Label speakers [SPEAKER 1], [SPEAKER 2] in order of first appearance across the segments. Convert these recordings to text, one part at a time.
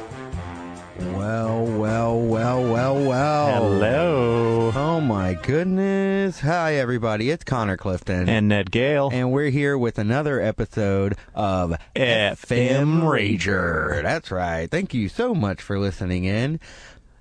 [SPEAKER 1] Oh, Hey, everybody, it's Connor Clifton.
[SPEAKER 2] and Ned Gale.
[SPEAKER 1] And we're here with another episode of
[SPEAKER 2] FM Rager.
[SPEAKER 1] That's right. Thank you so much for listening in.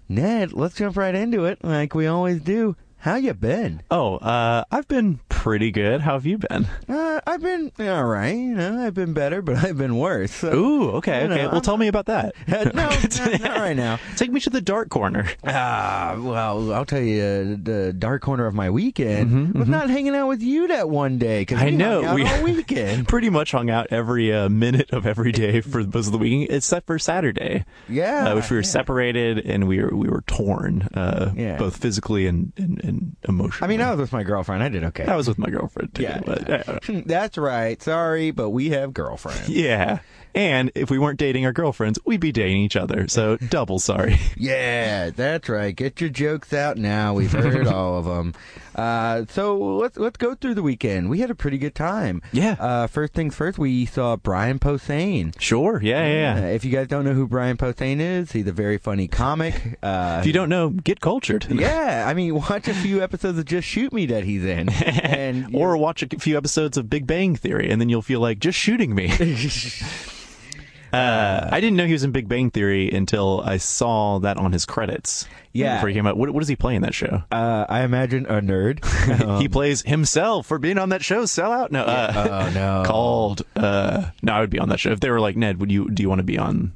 [SPEAKER 1] Ned, let's jump right into it like we always do. How you been?
[SPEAKER 2] oh, uh, I've been pretty good. How have you been?
[SPEAKER 1] Uh, I've been all right, you know. I've been better, but I've been worse. so-
[SPEAKER 2] Ooh, okay,
[SPEAKER 1] You know,
[SPEAKER 2] okay. well,
[SPEAKER 1] I'm-
[SPEAKER 2] tell me about that.
[SPEAKER 1] Uh, no, not, not right now.
[SPEAKER 2] Take me to the dark corner.
[SPEAKER 1] Ah, well, I'll tell you uh, the dark corner of my weekend was not hanging out with you that one day because
[SPEAKER 2] Mm-hmm, I
[SPEAKER 1] we
[SPEAKER 2] know,
[SPEAKER 1] hung out
[SPEAKER 2] we-
[SPEAKER 1] all weekend.
[SPEAKER 2] Pretty much hung out every uh, minute of every day for most of the weekend, except for Saturday.
[SPEAKER 1] Yeah,
[SPEAKER 2] uh, which we were
[SPEAKER 1] yeah.
[SPEAKER 2] separated and we were we were torn, uh,
[SPEAKER 1] Yeah.
[SPEAKER 2] both physically and, and, and
[SPEAKER 1] I
[SPEAKER 2] emotionally.
[SPEAKER 1] mean, I was with my girlfriend. I did okay.
[SPEAKER 2] I was with my girlfriend too.
[SPEAKER 1] Yeah,
[SPEAKER 2] but,
[SPEAKER 1] yeah.
[SPEAKER 2] uh,
[SPEAKER 1] That's right. Sorry, but we have girlfriends.
[SPEAKER 2] yeah. And if we weren't dating our girlfriends, we'd be dating each other. So double sorry.
[SPEAKER 1] yeah, that's right. Get your jokes out now. We've heard all of them. Uh, so let's let's go through the weekend. We had a pretty good time.
[SPEAKER 2] Yeah.
[SPEAKER 1] Uh, first things first, we saw Brian Posehn.
[SPEAKER 2] sure. Yeah. Yeah.
[SPEAKER 1] Uh,
[SPEAKER 2] yeah.
[SPEAKER 1] if you guys don't know who Brian Posehn is, he's a very funny comic. Uh,
[SPEAKER 2] If you don't know, get cultured.
[SPEAKER 1] yeah, I mean, watch a few episodes of Just Shoot Me that he's in, and
[SPEAKER 2] Or watch a few episodes of Big Bang Theory, and then you'll feel like just shooting me. Uh, I didn't know he was in Big Bang Theory until I saw that on his credits.
[SPEAKER 1] Yeah.
[SPEAKER 2] before he came out. What, what does he play in that show?
[SPEAKER 1] uh, I imagine a nerd. Um,
[SPEAKER 2] he plays himself for being on that show. Sell out? No, uh,
[SPEAKER 1] oh no.
[SPEAKER 2] called. Uh, no, I would be on that show if they were like Ned. Would you? Do you want to be on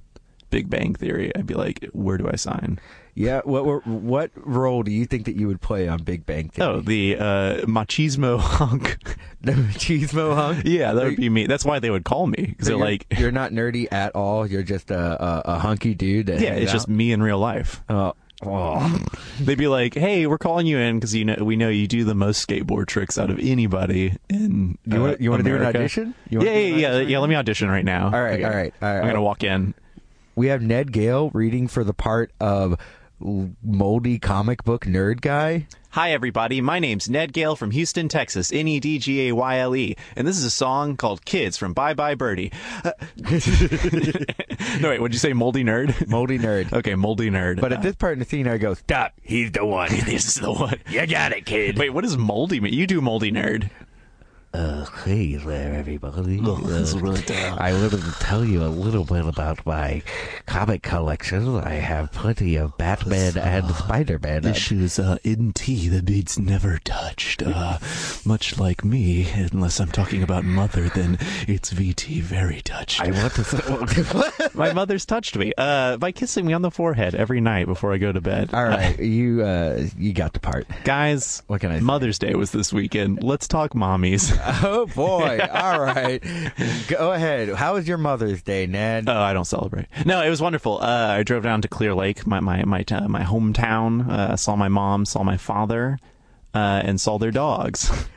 [SPEAKER 2] Big Bang Theory? I'd be like, where do I sign?
[SPEAKER 1] Yeah, what what- what role do you think that you would play on Big Bang Theory?
[SPEAKER 2] Oh, the uh, machismo hunk.
[SPEAKER 1] The machismo hunk.
[SPEAKER 2] yeah, that would be me. That's why they would call me because
[SPEAKER 1] So
[SPEAKER 2] they're
[SPEAKER 1] you're,
[SPEAKER 2] like,
[SPEAKER 1] you're not nerdy at all. You're just a a, a hunky dude. That
[SPEAKER 2] yeah,
[SPEAKER 1] hangs
[SPEAKER 2] it's
[SPEAKER 1] out.
[SPEAKER 2] just me in real life.
[SPEAKER 1] Oh, oh.
[SPEAKER 2] They'd be like, "Hey, we're calling you in because you know we know you do the most skateboard tricks out of anybody." And
[SPEAKER 1] You wanna- you wanna do an audition? You wanna
[SPEAKER 2] yeah,
[SPEAKER 1] do
[SPEAKER 2] yeah,
[SPEAKER 1] an
[SPEAKER 2] yeah,
[SPEAKER 1] audition?
[SPEAKER 2] yeah. Let me audition right now.
[SPEAKER 1] All right,
[SPEAKER 2] Okay.
[SPEAKER 1] all right, all right.
[SPEAKER 2] I'm gonna walk in.
[SPEAKER 1] we have Ned Gale reading for the part of l- moldy comic book nerd guy.
[SPEAKER 2] Hi, everybody. My name's Ned Gale from Houston, Texas. N e d g a y l e, and this is a song called "Kids" from Bye Bye Birdie. Uh, no, wait. What'd you say? Moldy nerd.
[SPEAKER 1] Moldy nerd.
[SPEAKER 2] okay, moldy nerd.
[SPEAKER 1] But at this part in the scene, I go stop. He's the one.
[SPEAKER 2] this is the one.
[SPEAKER 1] You got it, kid.
[SPEAKER 2] Wait, what does moldy mean? You do moldy nerd.
[SPEAKER 1] Uh, hey there, everybody. Uh, I wanted to tell you a little bit about my comic collection. I have plenty of Batman and Spider-Man. Uh,
[SPEAKER 2] issues uh, in tea the beads never touched uh, much like me unless i'm talking about mother then it's vt very touched
[SPEAKER 1] I want to.
[SPEAKER 2] my mother's touched me uh, by kissing me on the forehead every night before i go to bed
[SPEAKER 1] All right, you uh, you got the part.
[SPEAKER 2] guys
[SPEAKER 1] What can I say?
[SPEAKER 2] mother's day was this weekend let's talk mommies
[SPEAKER 1] Oh boy! All right, go ahead. How was your Mother's Day, Ned?
[SPEAKER 2] Oh, I don't celebrate. No, it was wonderful. Uh, I drove down to Clear Lake, my my my uh, my hometown. Uh, saw my mom, saw my father, uh, and saw their dogs.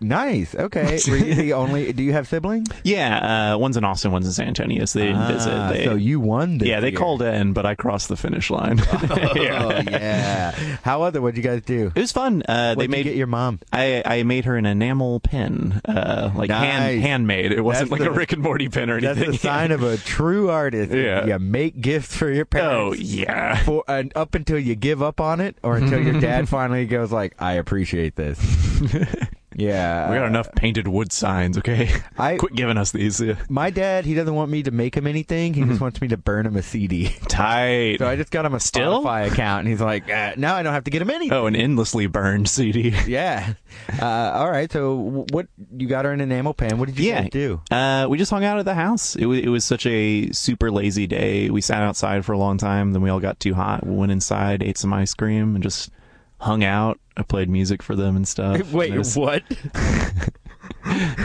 [SPEAKER 1] nice. Okay. Were you the only? Do you have siblings?
[SPEAKER 2] Yeah, uh, one's in Austin, one's in San Antonio. So they didn't visit.
[SPEAKER 1] Ah,
[SPEAKER 2] They,
[SPEAKER 1] so you won. This
[SPEAKER 2] yeah, they
[SPEAKER 1] year.
[SPEAKER 2] called in, but I crossed the finish line.
[SPEAKER 1] Oh
[SPEAKER 2] yeah.
[SPEAKER 1] yeah. How other? What'd you guys do?
[SPEAKER 2] It was fun. Uh, they
[SPEAKER 1] What'd
[SPEAKER 2] made
[SPEAKER 1] you get your mom.
[SPEAKER 2] I, I made her an enamel pen, uh, like
[SPEAKER 1] Nice.
[SPEAKER 2] hand handmade. It wasn't
[SPEAKER 1] That's
[SPEAKER 2] like
[SPEAKER 1] the-
[SPEAKER 2] a Rick and Morty pen or
[SPEAKER 1] That's
[SPEAKER 2] anything.
[SPEAKER 1] a sign of a true artist.
[SPEAKER 2] Yeah.
[SPEAKER 1] You make gifts for your
[SPEAKER 2] oh
[SPEAKER 1] parents.
[SPEAKER 2] yeah.
[SPEAKER 1] For, and up until you give up on it, or until your dad finally goes like, "I appreciate this." yeah,
[SPEAKER 2] We got enough painted wood signs, okay?
[SPEAKER 1] I-
[SPEAKER 2] Quit giving us these. Yeah.
[SPEAKER 1] My dad, he doesn't want me to make him anything. He just
[SPEAKER 2] Mm-hmm.
[SPEAKER 1] wants me to burn him a CD.
[SPEAKER 2] Tight.
[SPEAKER 1] So I just got him a
[SPEAKER 2] Still?
[SPEAKER 1] Spotify account, and he's like, uh, "Now I don't have to get him anything."
[SPEAKER 2] oh, an endlessly burned CD.
[SPEAKER 1] Yeah. Uh, all right. So w- what you got her an enamel pan? What did you
[SPEAKER 2] yeah.
[SPEAKER 1] guys do?
[SPEAKER 2] Uh, we just hung out at the house. It was it was such a super lazy day. We sat outside for a long time. Then we all got too hot. We went inside, ate some ice cream, and just hung out. I played music for them and stuff. And it was-
[SPEAKER 1] what?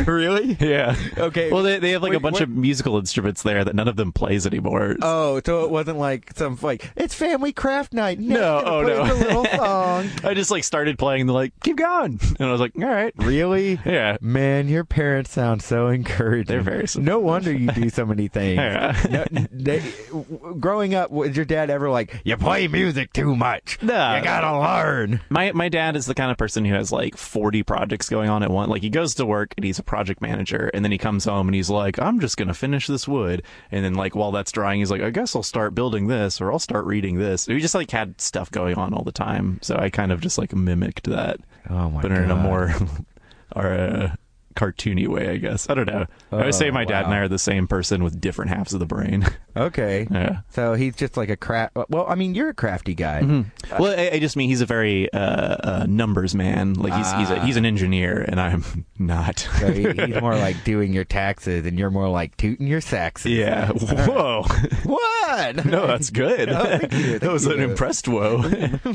[SPEAKER 1] really?
[SPEAKER 2] yeah.
[SPEAKER 1] Okay.
[SPEAKER 2] Well, they, they have like a
[SPEAKER 1] Wait,
[SPEAKER 2] bunch
[SPEAKER 1] what-
[SPEAKER 2] of musical instruments there that none of them plays anymore.
[SPEAKER 1] Oh, so it wasn't like some like it's family craft night. Nick's
[SPEAKER 2] No,
[SPEAKER 1] gonna
[SPEAKER 2] oh,
[SPEAKER 1] play
[SPEAKER 2] no.
[SPEAKER 1] the little song.
[SPEAKER 2] I just like started playing. They're like, keep going, and I was like, all right,
[SPEAKER 1] Really?
[SPEAKER 2] yeah.
[SPEAKER 1] Man, your parents sound so encouraging.
[SPEAKER 2] They're very supportive.
[SPEAKER 1] No wonder you do so many things.
[SPEAKER 2] Yeah.
[SPEAKER 1] No, they, w- growing up, was your dad ever like, "You play music too much.
[SPEAKER 2] No.
[SPEAKER 1] You gotta learn."
[SPEAKER 2] My my dad is the kind of person who has like forty projects going on at once. Like he goes to York and he's a project manager. And then he comes home and he's like, I'm just going to finish this wood. And then, like, while that's drying, he's like, I guess I'll start building this or I'll start reading this. We just, like, had stuff going on all the time. So I kind of just, like, mimicked that,
[SPEAKER 1] Oh my
[SPEAKER 2] but
[SPEAKER 1] god!
[SPEAKER 2] in a more or a cartoony way, I guess. I don't know. I
[SPEAKER 1] Oh,
[SPEAKER 2] would say my dad and I
[SPEAKER 1] wow.
[SPEAKER 2] are the same person with different halves of the brain.
[SPEAKER 1] okay.
[SPEAKER 2] yeah.
[SPEAKER 1] So he's just like a craft. Well, I mean, you're a crafty guy.
[SPEAKER 2] Mm-hmm. Well, I, I just mean he's a very uh, uh, numbers man. Like he's he's a,
[SPEAKER 1] Ah.
[SPEAKER 2] he's an engineer, and I'm not.
[SPEAKER 1] So he, he's more like doing your taxes, and you're more like tooting your saxes.
[SPEAKER 2] yeah. Whoa.
[SPEAKER 1] What?
[SPEAKER 2] No, that's good.
[SPEAKER 1] Oh, thank you, thank
[SPEAKER 2] that was an
[SPEAKER 1] you.
[SPEAKER 2] impressed whoa.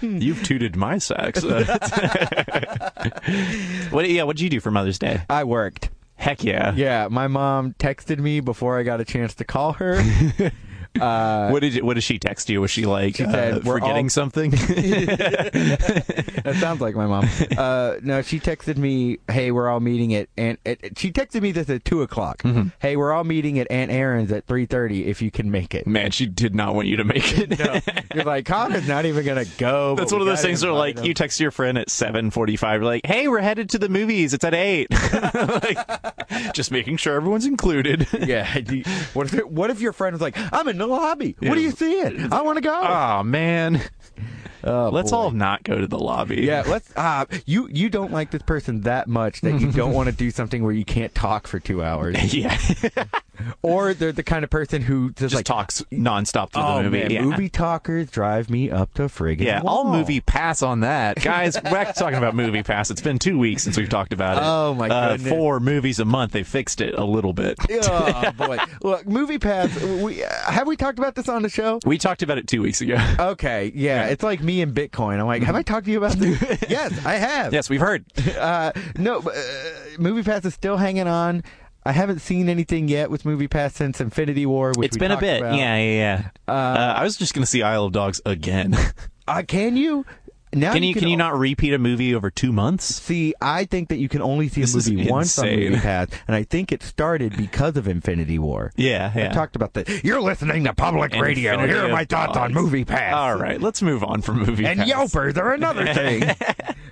[SPEAKER 2] You've tooted my sax. what? Yeah. What did you do for Mother's Day?
[SPEAKER 1] I worked.
[SPEAKER 2] Heck yeah.
[SPEAKER 1] Yeah, my mom texted me before I got a chance to call her.
[SPEAKER 2] what did you, What did she text you? Was she like
[SPEAKER 1] She said,
[SPEAKER 2] uh,
[SPEAKER 1] "We're
[SPEAKER 2] forgetting
[SPEAKER 1] all-
[SPEAKER 2] something?
[SPEAKER 1] That sounds like my mom. Uh, no, she texted me, "Hey, we're all meeting at Aunt." At, at- she texted me this at two o'clock.
[SPEAKER 2] Mm-hmm.
[SPEAKER 1] Hey, we're all meeting at Aunt Aaron's at three thirty. If you can make it,
[SPEAKER 2] Man, she did not want you to make it.
[SPEAKER 1] you're like Connor's not even gonna go.
[SPEAKER 2] That's
[SPEAKER 1] but
[SPEAKER 2] one
[SPEAKER 1] we
[SPEAKER 2] of those
[SPEAKER 1] gotta
[SPEAKER 2] things where,
[SPEAKER 1] invite
[SPEAKER 2] like,
[SPEAKER 1] him.
[SPEAKER 2] you text your friend at seven forty-five, like, "Hey, we're headed to the movies. It's at 8. like, just making sure everyone's included.
[SPEAKER 1] yeah. you- What if what if your friend was like, "I'm in the lobby. What are
[SPEAKER 2] Yeah.
[SPEAKER 1] you seeing? I want to go."
[SPEAKER 2] oh man,
[SPEAKER 1] Oh,
[SPEAKER 2] let's
[SPEAKER 1] boy.
[SPEAKER 2] all not go to the lobby.
[SPEAKER 1] Yeah, let's. Uh, you you don't like this person that much that you don't want to do something where you can't talk for two hours,
[SPEAKER 2] yeah. just
[SPEAKER 1] or they're the kind of person who just, like
[SPEAKER 2] talks nonstop through
[SPEAKER 1] Oh,
[SPEAKER 2] the movie.
[SPEAKER 1] man,
[SPEAKER 2] yeah.
[SPEAKER 1] movie talkers drive me up to friggin'
[SPEAKER 2] Yeah,
[SPEAKER 1] wall.
[SPEAKER 2] all movie pass on that, guys. Back to talking about movie pass. It's been two weeks since we've talked about it.
[SPEAKER 1] Oh, my
[SPEAKER 2] Uh,
[SPEAKER 1] goodness.
[SPEAKER 2] four movies a month. They fixed it a little bit.
[SPEAKER 1] oh boy! Look, movie pass. We uh, have we talked about this on the show?
[SPEAKER 2] We talked about it two weeks ago.
[SPEAKER 1] Okay, yeah, it's like me and Bitcoin. I'm like, have
[SPEAKER 2] Mm-hmm.
[SPEAKER 1] I talked to you about this? yes, I have.
[SPEAKER 2] yes, we've heard.
[SPEAKER 1] Uh, no, but, uh, movie pass is still hanging on. I haven't seen anything yet with movie pass since Infinity War. Which
[SPEAKER 2] It's
[SPEAKER 1] we
[SPEAKER 2] been a
[SPEAKER 1] talked
[SPEAKER 2] bit.
[SPEAKER 1] about.
[SPEAKER 2] Yeah, yeah, yeah. Uh, I was just gonna see Isle of Dogs again.
[SPEAKER 1] Uh, can you? Now
[SPEAKER 2] can you can you
[SPEAKER 1] al-
[SPEAKER 2] not repeat a movie over two months?
[SPEAKER 1] See, I think that you can only see a
[SPEAKER 2] This is
[SPEAKER 1] movie once on
[SPEAKER 2] insane.
[SPEAKER 1] movie pass, and I think it started because of Infinity War.
[SPEAKER 2] Yeah, yeah.
[SPEAKER 1] I talked about that. You're listening to public radio.
[SPEAKER 2] Infinity
[SPEAKER 1] Here are
[SPEAKER 2] of
[SPEAKER 1] my thoughts on
[SPEAKER 2] Dogs.
[SPEAKER 1] Movie Pass.
[SPEAKER 2] All right, let's move on from movie
[SPEAKER 1] And
[SPEAKER 2] pass.
[SPEAKER 1] Yelpers are another thing.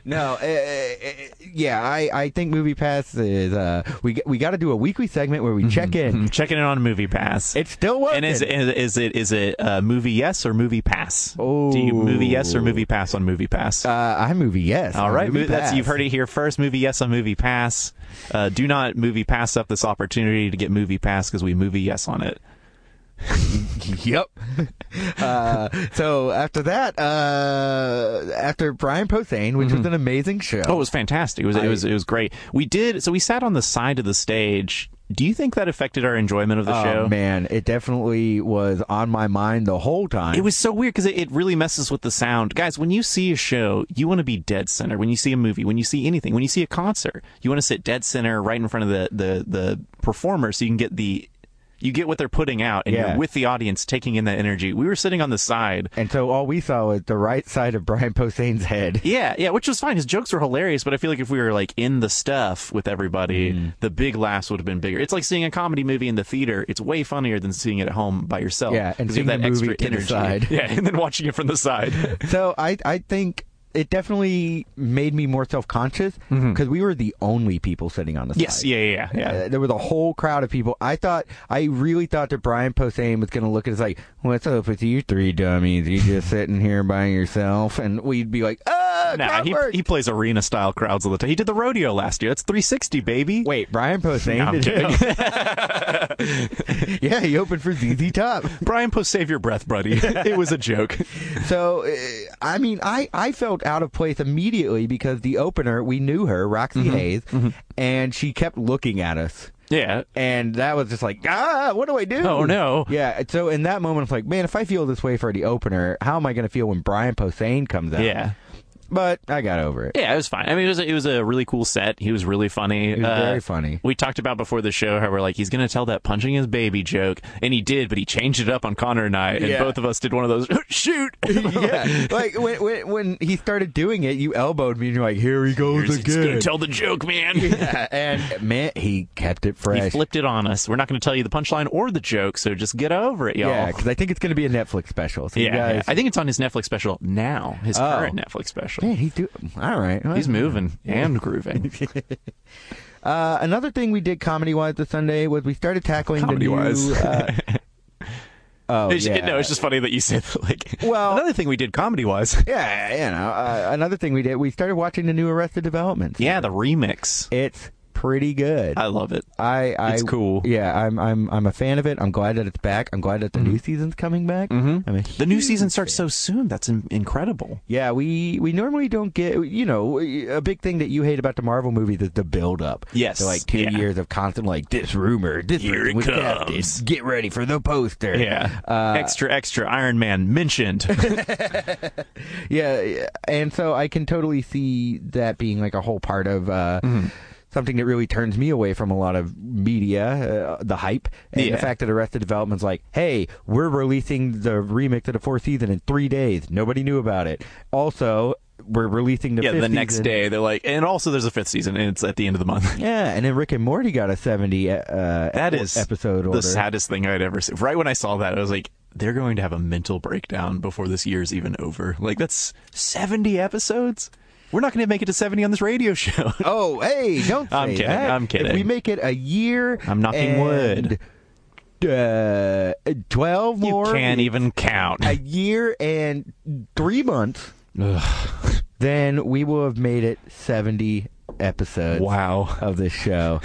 [SPEAKER 1] no, uh, uh, yeah, I, I think Movie Pass is uh, we g- we got to do a weekly segment where we check in.
[SPEAKER 2] Mm, Checking in on movie pass.
[SPEAKER 1] It's still working.
[SPEAKER 2] and is, is is it is it uh, movie yes or movie pass?
[SPEAKER 1] Oh.
[SPEAKER 2] Do you movie yes or movie pass on movie pass?
[SPEAKER 1] uh, I movie yes.
[SPEAKER 2] All
[SPEAKER 1] on
[SPEAKER 2] right,
[SPEAKER 1] Movie
[SPEAKER 2] mo- that's
[SPEAKER 1] Pass.
[SPEAKER 2] you've heard it here first. Movie yes on movie pass. Uh, do not movie pass up this opportunity to get movie pass because we movie yes on it.
[SPEAKER 1] Yep. uh, so after that, uh, after Brian Posehn, which was an amazing show.
[SPEAKER 2] Mm-hmm. Oh, it was fantastic. It was it was it was great. We did so we sat on the side of the stage. Do you think that affected our enjoyment of the
[SPEAKER 1] Oh,
[SPEAKER 2] show?
[SPEAKER 1] man, it definitely was on my mind the whole time.
[SPEAKER 2] It was so weird because it, it really messes with the sound. Guys, when you see a show, you want to be dead center. When you see a movie, when you see anything, when you see a concert, you want to sit dead center right in front of the the the performer so you can get the you get what they're putting out and
[SPEAKER 1] Yeah.
[SPEAKER 2] you're with the audience taking in that energy. We were sitting on the side.
[SPEAKER 1] And so all we saw was the right side of Brian Posehn's head.
[SPEAKER 2] Yeah, yeah, which was fine. His jokes were hilarious, but I feel like if we were like in the stuff with everybody,
[SPEAKER 1] Mm-hmm.
[SPEAKER 2] the big laughs would have been bigger. It's like seeing a comedy movie in the theater. It's way funnier than seeing it at home by yourself.
[SPEAKER 1] Yeah, and
[SPEAKER 2] 'cause you have
[SPEAKER 1] seeing
[SPEAKER 2] that
[SPEAKER 1] the
[SPEAKER 2] extra
[SPEAKER 1] movie to the
[SPEAKER 2] energy.
[SPEAKER 1] side.
[SPEAKER 2] Yeah, and then watching it from the side.
[SPEAKER 1] So I, I think it definitely made me more self conscious because we were the only people sitting on the
[SPEAKER 2] Mm-hmm. Yes,
[SPEAKER 1] side.
[SPEAKER 2] yeah, yeah, yeah.
[SPEAKER 1] Uh, there was a whole crowd of people. I thought, I really thought that Brian Posehn was going to look at us like, "What's up with you three dummies? You just sitting here by yourself?" And we'd be like, "Ah,
[SPEAKER 2] Nah,
[SPEAKER 1] crowd
[SPEAKER 2] he,
[SPEAKER 1] work."
[SPEAKER 2] he plays arena style crowds all the time. He did the rodeo last year. That's 360, baby.
[SPEAKER 1] Wait, Brian Posehn?
[SPEAKER 2] No, I'm
[SPEAKER 1] did it?
[SPEAKER 2] kidding.
[SPEAKER 1] yeah, he opened for ZZ Top.
[SPEAKER 2] Brian, post save your breath, buddy. it was a joke.
[SPEAKER 1] So, uh, I mean, I, I felt out of place immediately because the opener, we knew her, Roxy
[SPEAKER 2] Mm-hmm.
[SPEAKER 1] Hayes, and she kept looking at us.
[SPEAKER 2] Yeah.
[SPEAKER 1] And that was just like, ah, what do I do?
[SPEAKER 2] Oh, no.
[SPEAKER 1] Yeah. and So in that moment, I was like, man, if I feel this way for the opener, how am I going to feel when Brian Posehn comes out?
[SPEAKER 2] Yeah.
[SPEAKER 1] But I got over it.
[SPEAKER 2] Yeah, it was fine. I mean, it was a, it was a really cool set. He was really funny. Uh,
[SPEAKER 1] was very funny.
[SPEAKER 2] We talked about before the show how we're like he's going to tell that punching his baby joke, and he did, but he changed it up on Connor and I, and
[SPEAKER 1] Yeah.
[SPEAKER 2] both of us did one of those shoot.
[SPEAKER 1] yeah. Like when, when when he started doing it, you elbowed me and you're like, here he goes
[SPEAKER 2] He's going
[SPEAKER 1] again.
[SPEAKER 2] to tell the joke, man.
[SPEAKER 1] yeah, and man, he kept it fresh.
[SPEAKER 2] He flipped it on us. We're not going to tell you the punchline or the joke, so just get over it, y'all.
[SPEAKER 1] Yeah, because I think it's going to be a Netflix special. So
[SPEAKER 2] Yeah,
[SPEAKER 1] you guys,
[SPEAKER 2] yeah. I think it's on his Netflix special now. His
[SPEAKER 1] Oh.
[SPEAKER 2] current Netflix special.
[SPEAKER 1] man, he's do all right.
[SPEAKER 2] He's moving and grooving.
[SPEAKER 1] Uh, another thing we did comedy wise this Sunday was we started tackling
[SPEAKER 2] Comedy-wise.
[SPEAKER 1] the new. Uh, oh
[SPEAKER 2] It's-
[SPEAKER 1] yeah.
[SPEAKER 2] No, it's just funny that you said that, like.
[SPEAKER 1] Well-
[SPEAKER 2] another thing we did comedy wise.
[SPEAKER 1] yeah, you know. Uh, another thing we did, we started watching the new Arrested Development.
[SPEAKER 2] Yeah, the remix.
[SPEAKER 1] it's pretty good.
[SPEAKER 2] I love it.
[SPEAKER 1] I, I
[SPEAKER 2] It's cool.
[SPEAKER 1] Yeah, I'm I'm I'm a fan of it. I'm glad that it's back. I'm glad that the new season's coming back. Mm-hmm. I mean,
[SPEAKER 2] The new season starts so soon. That's in- incredible.
[SPEAKER 1] yeah, we we normally don't get you know a big thing that you hate about the Marvel movies is the build up.
[SPEAKER 2] Yes,
[SPEAKER 1] so like two
[SPEAKER 2] yeah.
[SPEAKER 1] years of constant like this rumor, this
[SPEAKER 2] Here
[SPEAKER 1] person
[SPEAKER 2] it
[SPEAKER 1] was
[SPEAKER 2] comes.
[SPEAKER 1] casted. Get ready for the poster.
[SPEAKER 2] Yeah.
[SPEAKER 1] Uh,
[SPEAKER 2] extra, extra. Iron Man mentioned.
[SPEAKER 1] Yeah, yeah, and so I can totally see that being like a whole part of uh,
[SPEAKER 2] Mm-hmm.
[SPEAKER 1] something that really turns me away from a lot of media, uh, the hype, and
[SPEAKER 2] Yeah.
[SPEAKER 1] the fact that Arrested Development's like, hey, we're releasing the remix of the fourth season in three days. Nobody knew about it. Also, we're releasing the
[SPEAKER 2] yeah,
[SPEAKER 1] fifth
[SPEAKER 2] the next
[SPEAKER 1] season.
[SPEAKER 2] day they're like, and also there's a fifth season, and it's at the end of the month.
[SPEAKER 1] Yeah, and then Rick and Morty got a seventy uh,
[SPEAKER 2] That is
[SPEAKER 1] episode
[SPEAKER 2] the
[SPEAKER 1] order.
[SPEAKER 2] saddest thing I'd ever seen. Right when I saw that, I was like, they're going to have a mental breakdown before this year's even over. Like that's 70 episodes. We're not going to make it to 70 on this radio show.
[SPEAKER 1] oh, hey, don't say
[SPEAKER 2] I'm kidding,
[SPEAKER 1] that.
[SPEAKER 2] I'm
[SPEAKER 1] If
[SPEAKER 2] kidding.
[SPEAKER 1] we make it a year,
[SPEAKER 2] I'm knocking
[SPEAKER 1] and,
[SPEAKER 2] wood.
[SPEAKER 1] Uh, twelve
[SPEAKER 2] you
[SPEAKER 1] more.
[SPEAKER 2] can't e- even count.
[SPEAKER 1] a year and three months,
[SPEAKER 2] Ugh,
[SPEAKER 1] then we will have made it 70 episodes
[SPEAKER 2] wow.
[SPEAKER 1] of this show.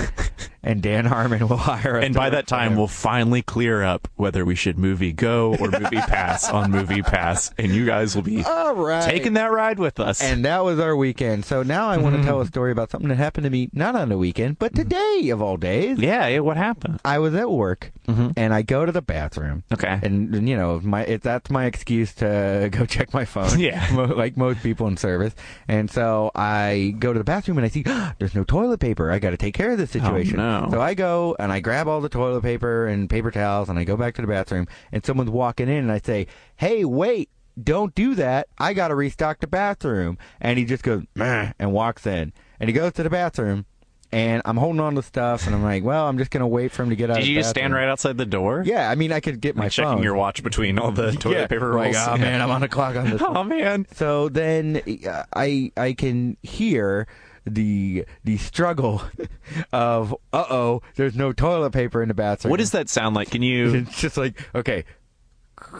[SPEAKER 1] and Dan Harmon will hire us.
[SPEAKER 2] And by that time, we'll finally clear up whether we should movie go or movie pass on movie pass, and you guys will be
[SPEAKER 1] All right.
[SPEAKER 2] taking that ride with us.
[SPEAKER 1] and that was our weekend. So now I want to
[SPEAKER 2] Mm-hmm.
[SPEAKER 1] tell a story about something that happened to me not on the weekend, but today of all days.
[SPEAKER 2] yeah, yeah, what happened?
[SPEAKER 1] I was at work and I go to the bathroom.
[SPEAKER 2] Okay.
[SPEAKER 1] And, and, you know, my it, that's my excuse to go check my phone.
[SPEAKER 2] Yeah.
[SPEAKER 1] Mo- like most people in service. And so I go to the bathroom and I see there's no toilet paper. I got to take care of this situation.
[SPEAKER 2] Oh, no.
[SPEAKER 1] So I go and I grab all the toilet paper and paper towels and I go back to the bathroom and someone's walking in and I say, "Hey, wait." Don't do that. I got to restock the bathroom. And he just goes, "Meh," and walks in. And he goes to the bathroom, and I'm holding on to stuff, and I'm like, well, I'm just going to wait for him to get out
[SPEAKER 2] Did
[SPEAKER 1] of the
[SPEAKER 2] you just stand
[SPEAKER 1] bathroom."
[SPEAKER 2] right outside the door?
[SPEAKER 1] Yeah, I mean, I could get my
[SPEAKER 2] checking
[SPEAKER 1] phone.
[SPEAKER 2] your watch between all the toilet
[SPEAKER 1] Yeah,
[SPEAKER 2] paper
[SPEAKER 1] like,
[SPEAKER 2] rolls.
[SPEAKER 1] oh, man, I'm on the clock on this one."
[SPEAKER 2] oh man.
[SPEAKER 1] So then uh, I I can hear the the struggle of uh oh there's no toilet paper in the bathroom.
[SPEAKER 2] What does that sound like? Can you?
[SPEAKER 1] it's just like okay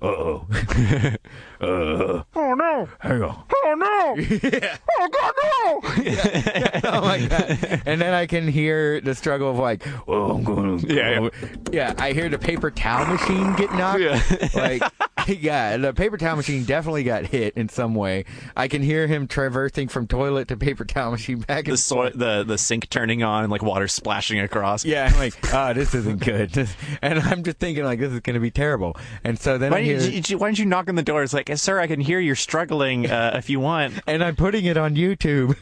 [SPEAKER 1] uh-oh
[SPEAKER 3] Oh no!
[SPEAKER 1] hang on
[SPEAKER 3] Oh no! Oh god no!
[SPEAKER 1] oh my god and then I can hear the struggle of like oh I'm going
[SPEAKER 2] Yeah, yeah.
[SPEAKER 1] yeah I hear the paper towel machine get knocked
[SPEAKER 2] Yeah.
[SPEAKER 1] like yeah the paper towel machine definitely got hit in some way I can hear him traversing from toilet to paper towel machine back and
[SPEAKER 2] The, so- the the sink turning on and like water splashing across.
[SPEAKER 1] Yeah, I'm like, oh, this isn't good. This- and I'm just thinking, like, this is going to be terrible. And so then I
[SPEAKER 2] Why
[SPEAKER 1] hear,
[SPEAKER 2] didn't, you, why didn't you knock on the door? It's like, sir, I can hear you're struggling. Uh, if you want,
[SPEAKER 1] and I'm putting it on YouTube.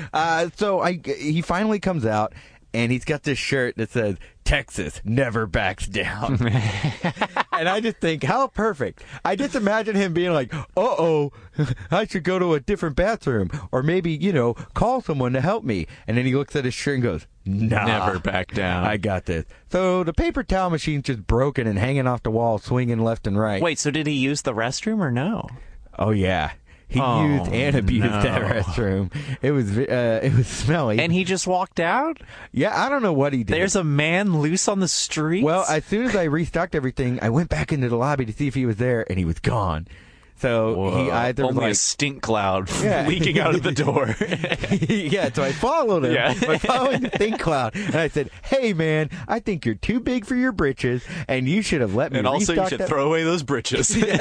[SPEAKER 1] uh, so I, he finally comes out, and he's got this shirt that says, Texas never backs down. and I just think, how perfect. I just imagine him being like, uh oh, I should go to a different bathroom, or maybe, you know, call someone to help me. And then he looks at his shirt and goes, nah.
[SPEAKER 2] never back down.
[SPEAKER 1] Ah. I got this. So the paper towel machine's just broken and hanging off the wall, swinging left and right.
[SPEAKER 2] Wait, so did he use the restroom or no?
[SPEAKER 1] Oh yeah, he
[SPEAKER 2] Oh,
[SPEAKER 1] used and abused that
[SPEAKER 2] no.
[SPEAKER 1] restroom. It was vi- uh, it was smelly.
[SPEAKER 2] And he just walked out?
[SPEAKER 1] yeah, I don't know what he did.
[SPEAKER 2] There's a man loose on the street?
[SPEAKER 1] well, as soon as I restocked everything, I went back into the lobby to see if he was there, and he was gone. So he either was
[SPEAKER 2] Uh, only a
[SPEAKER 1] like,
[SPEAKER 2] stink cloud
[SPEAKER 1] Yeah.
[SPEAKER 2] leaking out of the door.
[SPEAKER 1] yeah, so I followed him
[SPEAKER 2] Yeah.
[SPEAKER 1] by following the think cloud, and I said, "Hey, man, I think you're too big for your britches, and you should have let me."
[SPEAKER 2] and also, you
[SPEAKER 1] restock
[SPEAKER 2] should
[SPEAKER 1] that-
[SPEAKER 2] throw away those britches.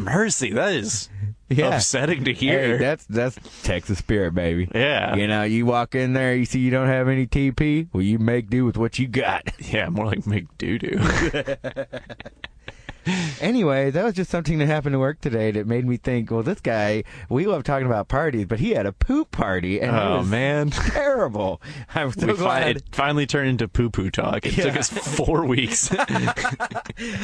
[SPEAKER 2] Mercy, that is
[SPEAKER 1] Yeah.
[SPEAKER 2] upsetting to
[SPEAKER 1] Hey,
[SPEAKER 2] hear.
[SPEAKER 1] that's that's Texas spirit, baby.
[SPEAKER 2] Yeah.
[SPEAKER 1] You know, you walk in there, you see you don't have any TP. Well, you make do with what you got.
[SPEAKER 2] yeah, more like make doo doo.
[SPEAKER 1] anyway, that was just something that happened to work today that made me think. Well, this guy, we love talking about parties, but he had a poop party, and it
[SPEAKER 2] oh,
[SPEAKER 1] was
[SPEAKER 2] man.
[SPEAKER 1] terrible. I'm so
[SPEAKER 2] We fi-
[SPEAKER 1] glad.
[SPEAKER 2] it finally turned into poo poo talk. It took us four weeks.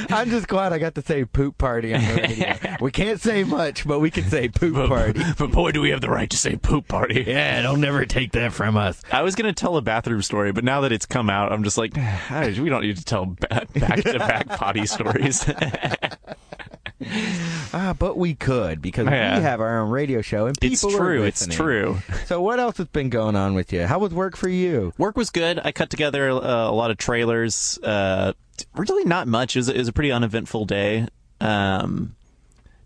[SPEAKER 1] I'm just glad I got to say poop party on the radio. we can't say much, but we can say poop party.
[SPEAKER 2] but boy, do we have the right to say poop party.
[SPEAKER 1] Yeah, they'll never take that from us.
[SPEAKER 2] I was gonna tell a bathroom story, but now that it's come out, I'm just like, "Ah, we don't need to tell back to back potty stories.
[SPEAKER 1] ah, but we could because
[SPEAKER 2] Yeah.
[SPEAKER 1] we have our own radio show and
[SPEAKER 2] It's
[SPEAKER 1] people are
[SPEAKER 2] true. It's
[SPEAKER 1] listening.
[SPEAKER 2] true.
[SPEAKER 1] So what else has been going on with you? How was work for you?
[SPEAKER 2] Work was good. I cut together uh, a lot of trailers. Uh, really, not much. It was, it was a pretty uneventful day. Um,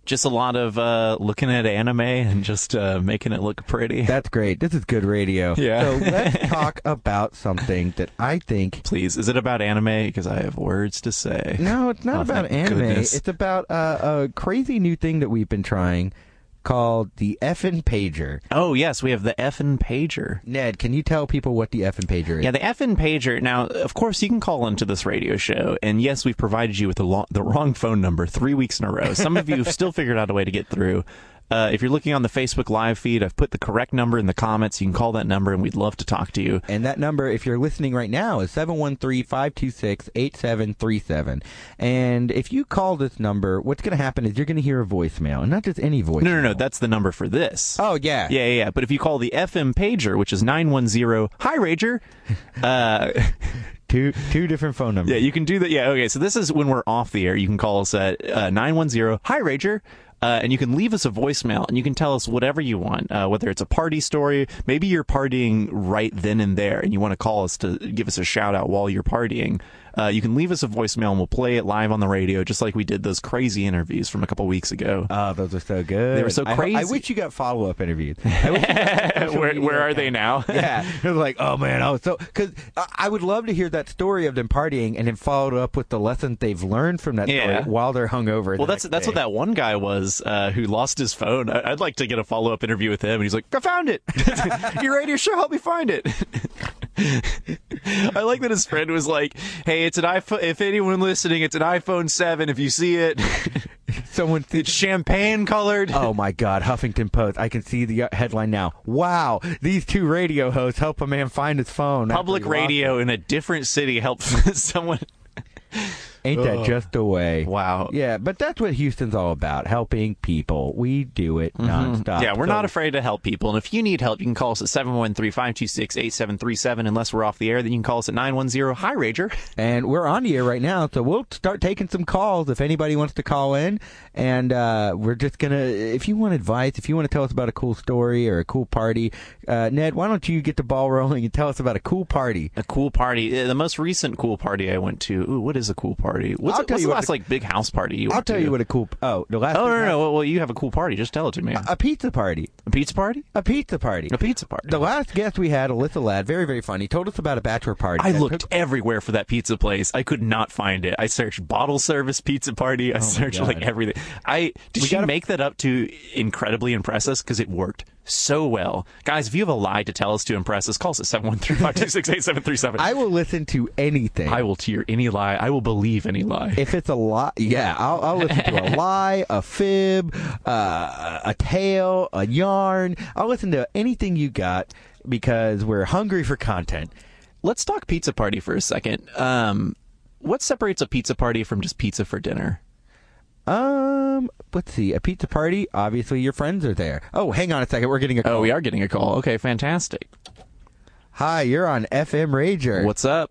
[SPEAKER 2] just a lot of uh, looking at anime and just uh, making it look pretty.
[SPEAKER 1] That's great. This is good radio.
[SPEAKER 2] Yeah.
[SPEAKER 1] So let's talk about something that I think.
[SPEAKER 2] Please, is it about anime? Because I have words to say.
[SPEAKER 1] No, it's not
[SPEAKER 2] Oh,
[SPEAKER 1] about
[SPEAKER 2] thank
[SPEAKER 1] anime.
[SPEAKER 2] goodness.
[SPEAKER 1] It's about uh, a crazy new thing that we've been trying called the effing pager.
[SPEAKER 2] Oh yes, we have the effing pager.
[SPEAKER 1] Ned, can you tell people what the effing pager is?
[SPEAKER 2] Yeah, the effing pager. Now, of course, you can call into this radio show, and yes, we've provided you with the, lo- the wrong phone number three weeks in a row. Some of you have still figured out a way to get through. Uh, if you're looking on the Facebook live feed, I've put the correct number in the comments. You can call that number, and we'd love to talk to you.
[SPEAKER 1] And that number, if you're listening right now, is 713-526-8737. And if you call this number, what's going to happen is you're going to hear a voicemail, and not just any voicemail.
[SPEAKER 2] No, no, no, that's the number for this.
[SPEAKER 1] Oh, yeah.
[SPEAKER 2] Yeah, yeah, yeah. But if you call the FM pager, which is 910, hi, Rager. Uh,
[SPEAKER 1] Two two different phone numbers.
[SPEAKER 2] Yeah, you can do that. Yeah, okay. So this is when we're off the air. You can call us at uh, nine one zero hi Rager. Uh, and you can leave us a voicemail and you can tell us whatever you want, uh, whether it's a party story. Maybe you're partying right then and there and you want to call us to give us a shout out while you're partying. Uh, you can leave us a voicemail and we'll play it live on the radio, just like we did those crazy interviews from a couple weeks ago.
[SPEAKER 1] Oh, those are so good.
[SPEAKER 2] They were so
[SPEAKER 1] I ho- I,
[SPEAKER 2] crazy.
[SPEAKER 1] wish you got follow up interviews. I wish you got social
[SPEAKER 2] where
[SPEAKER 1] media
[SPEAKER 2] where are
[SPEAKER 1] accounts.
[SPEAKER 2] they now?
[SPEAKER 1] yeah, it was like, oh man, I was so because I would love to hear that story of them partying and then followed up with the lessons they've learned from that
[SPEAKER 2] Yeah.
[SPEAKER 1] story while they're hungover.
[SPEAKER 2] Well, that's that's what that one guy was uh, who lost his phone. I, I'd like to get a follow up interview with him, and he's like, "I found it. Your radio show helped me find it." I like that his friend was like, "Hey, it's an iPhone. If anyone listening, it's an iPhone seven. If you see it,
[SPEAKER 1] someone.
[SPEAKER 2] it's champagne colored."
[SPEAKER 1] Oh my God, Huffington Post. I can see the uh, headline now. Wow, these two radio hosts help a man find his phone. after
[SPEAKER 2] Public
[SPEAKER 1] he lost it.
[SPEAKER 2] radio in a different city helped someone.
[SPEAKER 1] Ain't that just the way?
[SPEAKER 2] Wow.
[SPEAKER 1] Yeah, but that's what Houston's all about, helping people. We do it nonstop.
[SPEAKER 2] Mm-hmm. Yeah, we're
[SPEAKER 1] So-
[SPEAKER 2] not afraid to help people. And if you need help, you can call us at 713 526 8737. Unless we're off the air, then you can call us at 910 Hi Rager.
[SPEAKER 1] And we're on the air right now, so we'll start taking some calls if anybody wants to call in. And uh, we're just gonna, if you want advice, if you want to tell us about a cool story or a cool party, uh, Ned, why don't you get the ball rolling and tell us about a cool party?
[SPEAKER 2] A cool party. Uh, The most recent cool party I went to. Ooh, what is a cool party? What's,
[SPEAKER 1] I'll tell
[SPEAKER 2] what's
[SPEAKER 1] you
[SPEAKER 2] the
[SPEAKER 1] what
[SPEAKER 2] last
[SPEAKER 1] the-
[SPEAKER 2] like big house party you?
[SPEAKER 1] I'll
[SPEAKER 2] went
[SPEAKER 1] tell
[SPEAKER 2] to?
[SPEAKER 1] you what a cool. Oh, the last.
[SPEAKER 2] Oh
[SPEAKER 1] thing
[SPEAKER 2] no, no,
[SPEAKER 1] I-
[SPEAKER 2] no. Well, well, you have a cool party. Just tell it to me.
[SPEAKER 1] A pizza party.
[SPEAKER 2] A pizza party.
[SPEAKER 1] A pizza party.
[SPEAKER 2] A pizza party.
[SPEAKER 1] The last guest we had, Alyssa Ladd, very very funny, told us about a bachelor party.
[SPEAKER 2] I
[SPEAKER 1] that
[SPEAKER 2] looked
[SPEAKER 1] took-
[SPEAKER 2] everywhere for that pizza place. I could not find it. I searched bottle service pizza party. I searched like
[SPEAKER 1] Oh, God.
[SPEAKER 2] everything. I did she
[SPEAKER 1] gotta-
[SPEAKER 2] make that up to incredibly impress us because it worked so well, guys. If you have a lie to tell us to impress us, call us at seven one three five two six eight seven three seven.
[SPEAKER 1] I will listen to anything.
[SPEAKER 2] I will tear any lie. I will believe any lie.
[SPEAKER 1] if it's a lie, yeah, I'll, I'll listen to a lie, a fib, uh, a tale, a yarn. I'll listen to anything you got because we're hungry for content.
[SPEAKER 2] Let's talk pizza party for a second. Um, what separates a pizza party from just pizza for dinner?
[SPEAKER 1] Um, let's see, a pizza party. Obviously, your friends are there. Oh, hang on a second, we're getting a
[SPEAKER 2] Oh,
[SPEAKER 1] call.
[SPEAKER 2] we are getting a call. Okay, fantastic.
[SPEAKER 1] Hi, you're on FM Rager.
[SPEAKER 2] What's up?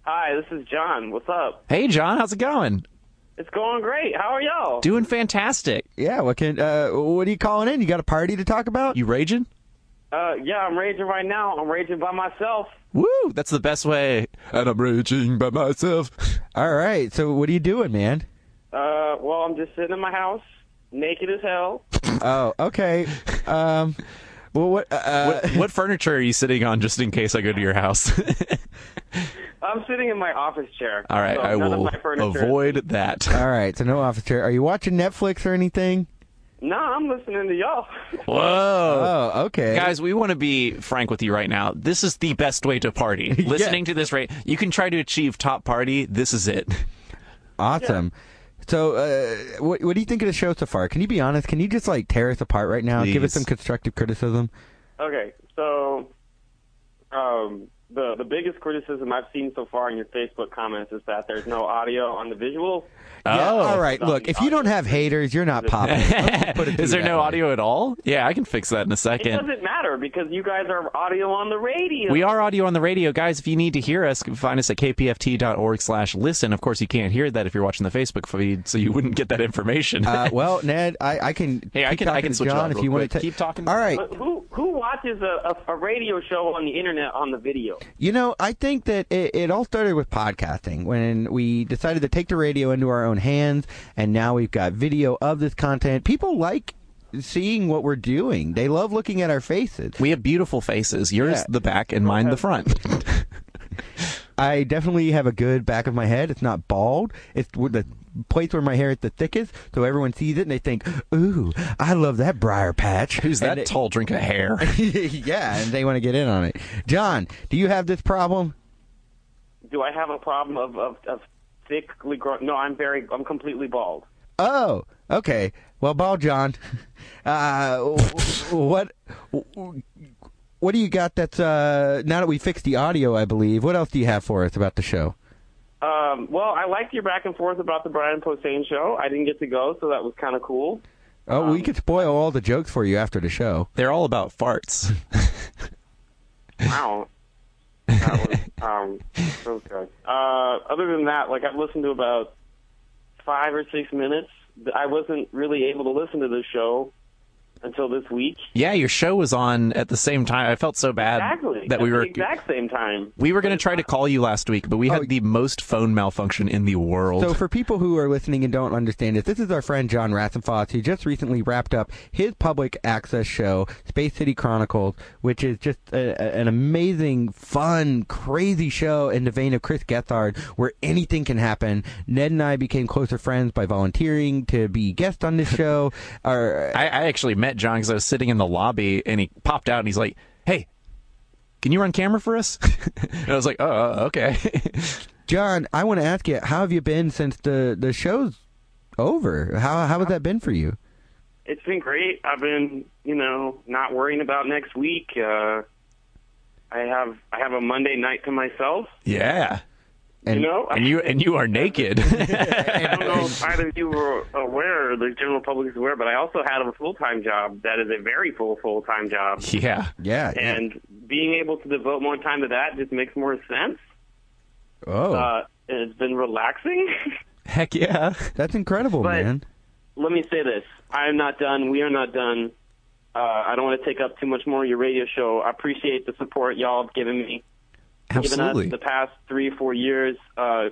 [SPEAKER 4] Hi, this is John. What's up?
[SPEAKER 2] Hey, John, how's it going?
[SPEAKER 4] It's going great. How are y'all?
[SPEAKER 2] Doing fantastic.
[SPEAKER 1] Yeah, what can? Uh, what are you calling in? You got a party to talk about?
[SPEAKER 2] You raging?
[SPEAKER 4] Uh, yeah, I'm raging right now. I'm raging by myself.
[SPEAKER 2] Woo! That's the best way. And I'm raging by myself.
[SPEAKER 1] All right. So, what are you doing, man?
[SPEAKER 4] Uh, well, I'm just sitting in my house, naked as hell.
[SPEAKER 1] Oh, okay. Um, well, what? Uh,
[SPEAKER 2] What, what furniture are you sitting on just in case I go to your house?
[SPEAKER 4] I'm sitting in my office chair.
[SPEAKER 2] All right,
[SPEAKER 4] so
[SPEAKER 2] I
[SPEAKER 4] Oh, none
[SPEAKER 2] will
[SPEAKER 4] of my furniture.
[SPEAKER 2] avoid that.
[SPEAKER 1] uh, All right, so no officer. Are you watching Netflix or anything?
[SPEAKER 4] No, I'm listening to y'all.
[SPEAKER 2] Whoa.
[SPEAKER 4] Uh,
[SPEAKER 1] Oh, okay.
[SPEAKER 2] Guys, we want to be frank with you right now. This is the best way to party. Listening to this rate, you can try to achieve top party. This is it.
[SPEAKER 1] awesome. So, uh, what what do you think of the show so far? Can you be honest? Can you just like tear us apart right now? Give us
[SPEAKER 2] Please.
[SPEAKER 1] some constructive criticism.
[SPEAKER 4] okay, so, um, the the biggest criticism I've seen so far in your Facebook comments is that there's no audio on the visual.
[SPEAKER 1] Yeah,
[SPEAKER 2] Oh.
[SPEAKER 1] all right. Look, if you don't have haters, you're not popping. Let's just put it
[SPEAKER 2] Is
[SPEAKER 1] through
[SPEAKER 2] there
[SPEAKER 1] that
[SPEAKER 2] no
[SPEAKER 1] way.
[SPEAKER 2] audio at all? Yeah, I can fix that in a
[SPEAKER 4] It
[SPEAKER 2] second.
[SPEAKER 4] doesn't matter because you guys are audio on the radio.
[SPEAKER 2] We are audio on the radio, guys. If you need to hear us, find us at kpft.org/listen. Of course, you can't hear that if you're watching the Facebook feed, so you wouldn't get that information.
[SPEAKER 1] Uh, well, Ned, I, I can.
[SPEAKER 2] Hey, I
[SPEAKER 1] keep
[SPEAKER 2] can- I
[SPEAKER 1] talking
[SPEAKER 2] can
[SPEAKER 1] to
[SPEAKER 2] switch it
[SPEAKER 1] John
[SPEAKER 2] up
[SPEAKER 1] if
[SPEAKER 2] real
[SPEAKER 1] you want to
[SPEAKER 2] quick. Keep talking.
[SPEAKER 1] All right.
[SPEAKER 4] But who who watches a, a, a radio show on the internet on the video?
[SPEAKER 1] You know, I think that it, it all started with podcasting when we decided to take the radio into our own hands, and now we've got video of this content. People like seeing what we're doing. They love looking at our faces.
[SPEAKER 2] we have beautiful faces. Yours
[SPEAKER 1] Yeah.
[SPEAKER 2] the back and mine the front.
[SPEAKER 1] I definitely have a good back of my head. It's not bald. It's w- the place where my hair is the thickest, so everyone sees it and they think, "Ooh, I love that briar patch."
[SPEAKER 2] Who's that
[SPEAKER 1] And it-
[SPEAKER 2] tall drink of hair?
[SPEAKER 1] yeah, and they want to get in on it. John, do you have this problem?
[SPEAKER 4] Do I have a problem of of, of thickly growing? No, I'm very I'm completely bald.
[SPEAKER 1] Oh, okay. Well, ball John, uh, what what do you got? That's uh, now that we fixed the audio, I believe. What else do you have for us about the show?
[SPEAKER 4] Um, well, I liked your back and forth about the Brian Posehn show. I didn't get to go, so that was kind of cool.
[SPEAKER 1] Oh,
[SPEAKER 2] Um,
[SPEAKER 1] we could spoil all the jokes for you after the show.
[SPEAKER 2] They're all about farts.
[SPEAKER 4] Wow. That was, um, so good. Uh, other than that, like I've listened to about five or six minutes. I wasn't really able to listen to the show until this week.
[SPEAKER 2] yeah, your show was on at the same time. I felt so bad
[SPEAKER 4] Exactly.
[SPEAKER 2] that we
[SPEAKER 4] At
[SPEAKER 2] were
[SPEAKER 4] the exact same time.
[SPEAKER 2] we were going to try to call you last week, but we had the most phone malfunction in the world.
[SPEAKER 1] Oh, So, for people who are listening and don't understand it, this is our friend John Rathenfoss, who just recently wrapped up his public access show, Space City Chronicles, which is just a, a- an amazing, fun, crazy show in the vein of Chris Gethard, where anything can happen. Ned and I became closer friends by volunteering to be guests on this show. Our,
[SPEAKER 2] I, I actually met John because I was sitting in the lobby and he popped out and he's like, "Hey, can you run camera for us?" and I was like, "Oh, okay."
[SPEAKER 1] John, I want to ask you, how have you been since the, the show's over? How, how has that been for you?
[SPEAKER 4] It's been great. I've been, you know, not worrying about next week. Uh, I have I have a Monday night to myself.
[SPEAKER 2] yeah,
[SPEAKER 1] And-
[SPEAKER 4] you know,
[SPEAKER 2] and you and you are naked.
[SPEAKER 4] I don't know if either of you were aware, the general public is aware, but I also had a full time job that is a very full full time job,
[SPEAKER 2] yeah,
[SPEAKER 1] Yeah. yeah.
[SPEAKER 4] and being able to devote more time to that just makes more sense.
[SPEAKER 1] Oh,
[SPEAKER 4] Uh, and it's been relaxing.
[SPEAKER 2] heck yeah.
[SPEAKER 1] that's incredible,
[SPEAKER 4] but-
[SPEAKER 1] man.
[SPEAKER 4] Let me say this: I am not done. We are not done. Uh, I don't want to take up too much more of your radio show. I appreciate the support y'all have given me.
[SPEAKER 2] Absolutely.
[SPEAKER 4] given us the past three or four years. Uh,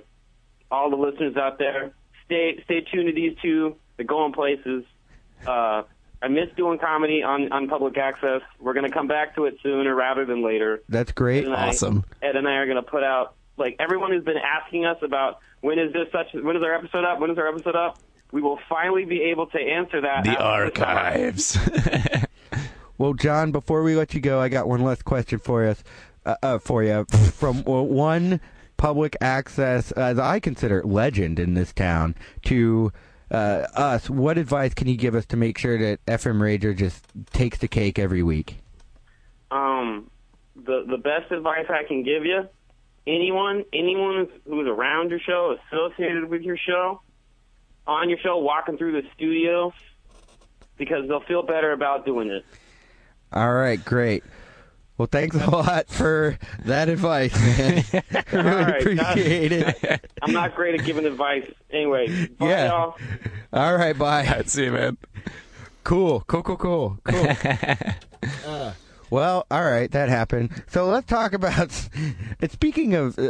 [SPEAKER 4] all the listeners out there, stay stay tuned to these two. They're going places. Uh, I miss doing comedy on, on public access. We're going to come back to it sooner rather than later.
[SPEAKER 1] That's great.
[SPEAKER 4] Ed and I-
[SPEAKER 2] Awesome.
[SPEAKER 4] Ed and I are going to put out like everyone who's been asking us about when is this such when is our episode up? When is our episode up? We will finally be able to answer that.
[SPEAKER 2] The
[SPEAKER 4] after
[SPEAKER 2] archives.
[SPEAKER 1] Well, John, before we let you go, I got one last question for us, uh, uh, for you from uh, one public access, as I consider legend in this town, to uh, us. What advice can you give us to make sure that FM Rager just takes the cake every week?
[SPEAKER 4] um, the the best advice I can give you, anyone anyone who's around your show, associated with your show, on your show, walking through the studio, because they'll feel better about doing it.
[SPEAKER 1] All right, great. Well, thanks a lot for that advice, man. really
[SPEAKER 4] right,
[SPEAKER 1] appreciate it.
[SPEAKER 4] I'm not great at giving advice. Anyway, bye
[SPEAKER 1] Yeah.
[SPEAKER 4] y'all.
[SPEAKER 1] All right, bye.
[SPEAKER 2] See you, man.
[SPEAKER 1] Cool, cool, cool, cool, cool. Uh, well, all right, that happened. So let's talk about. and Speaking of uh,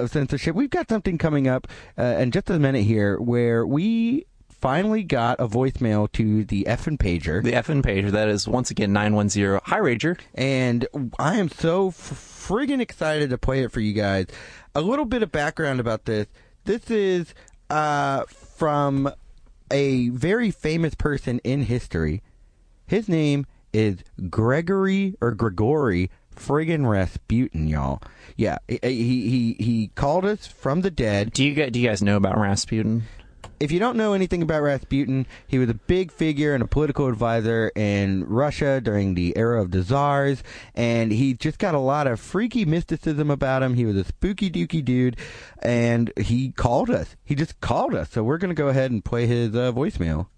[SPEAKER 1] of censorship, we've got something coming up uh, in just a minute here, where we finally got a voicemail to the effing pager,
[SPEAKER 2] The FN pager. That is once again nine one zero. Hi, Rager.
[SPEAKER 1] and I am so f- friggin' excited to play it for you guys. A little bit of background about this. This is uh, from a very famous person in history. His name is Gregory or Gregory friggin' Rasputin, y'all. Yeah, he he he- he called us from the dead.
[SPEAKER 2] Do you gu- do you guys know about Rasputin?
[SPEAKER 1] if you don't know anything about Rasputin, he was a big figure and a political advisor in Russia during the era of the czars, and he just got a lot of freaky mysticism about him. He was a spooky dooky dude, and he called us. He just called us. So we're going to go ahead and play his uh, voicemail.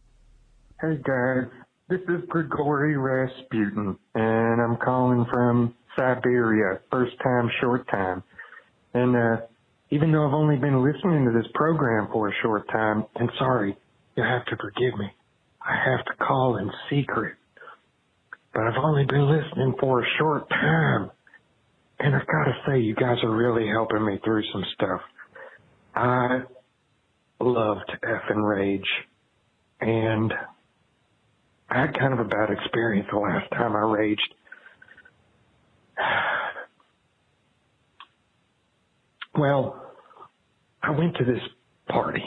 [SPEAKER 5] Hey guys, this is Grigory Rasputin, and I'm calling from Siberia. First time, short time. And uh, even though I've only been listening to this program for a short time, and sorry, you have to forgive me. I have to call in secret. But I've only been listening for a short time. And I've got to say, you guys are really helping me through some stuff. I love to F and rage. And I had kind of a bad experience the last time I raged. Well, I went to this party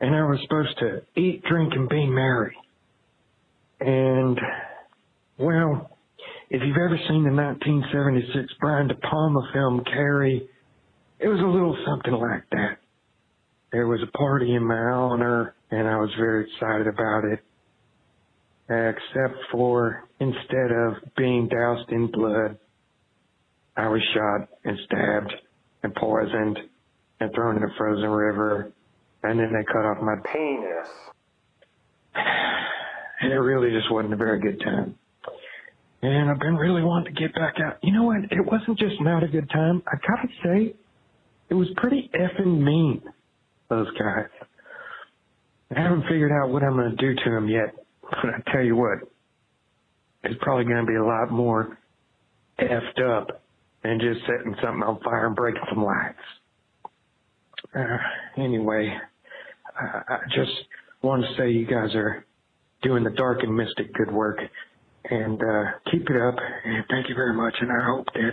[SPEAKER 5] and I was supposed to eat, drink, and be merry. And, well, if you've ever seen the 1976 Brian De Palma film Carrie, it was a little something like that. There was a party in my honor and I was very excited about it uh, except for instead of being doused in blood, I was shot and stabbed and poisoned and thrown in a frozen river. And then they cut off my penis. And it really just wasn't a very good time. And I've been really wanting to get back out. You know what? It wasn't just not a good time. I gotta say, it was pretty effing mean, those guys. I haven't figured out what I'm gonna do to them yet. But I tell you what, it's probably going to be a lot more effed up than just setting something on fire and breaking some lights. Uh, anyway, I, I just want to say you guys are doing the dark and mystic good work, and uh, keep it up. And thank you very much. And I hope that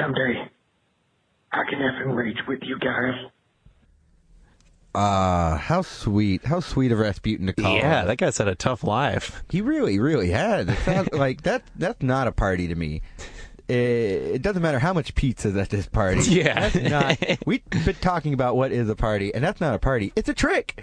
[SPEAKER 5] someday I can have and rage with you guys.
[SPEAKER 1] Ah, how sweet. How sweet of Rasputin to call.
[SPEAKER 2] Yeah, that guy's had a tough life.
[SPEAKER 1] He really, really had. It sounds like that. That's not a party to me. It, it doesn't matter how much pizza's at this party.
[SPEAKER 2] Yeah.
[SPEAKER 1] That's not- we've been talking about what is a party, and that's not a party. It's a trick.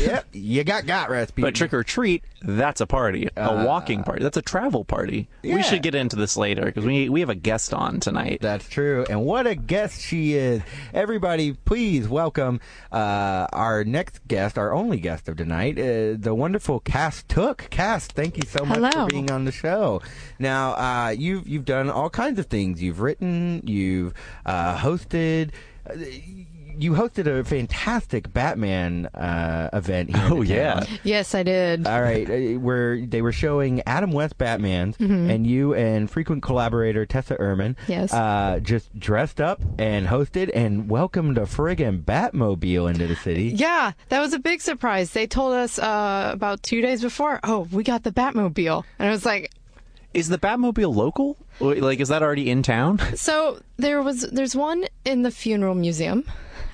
[SPEAKER 1] yep, you got got Rasputin.
[SPEAKER 2] But trick or treat, that's a party, a walking party. That's a travel party.
[SPEAKER 1] yeah.
[SPEAKER 2] We should get into this later because we we have a guest on tonight.
[SPEAKER 1] That's true. And what a guest she is. Everybody, please welcome uh, our next guest, our only guest of tonight, uh, the wonderful Cass Took. Cass, thank you so much
[SPEAKER 6] Hello.
[SPEAKER 1] for being on the show. Now, uh, you've, you've done all kinds of things. You've written, you've uh, hosted. uh, You hosted a fantastic Batman uh, event. Here in
[SPEAKER 2] Oh,
[SPEAKER 1] the town.
[SPEAKER 2] yeah.
[SPEAKER 6] Yes, I did.
[SPEAKER 1] All right, uh, where they were showing Adam West Batman's, and you and frequent collaborator Tessa Ehrman,
[SPEAKER 6] Yes.
[SPEAKER 1] uh, just dressed up and hosted and welcomed a friggin' Batmobile into the city.
[SPEAKER 6] yeah, that was a big surprise. They told us uh, about two days before, oh, we got the Batmobile. And I was like,
[SPEAKER 2] Is the Batmobile local? Or, Like, is that already in town?
[SPEAKER 6] so there was, there's one in the funeral museum.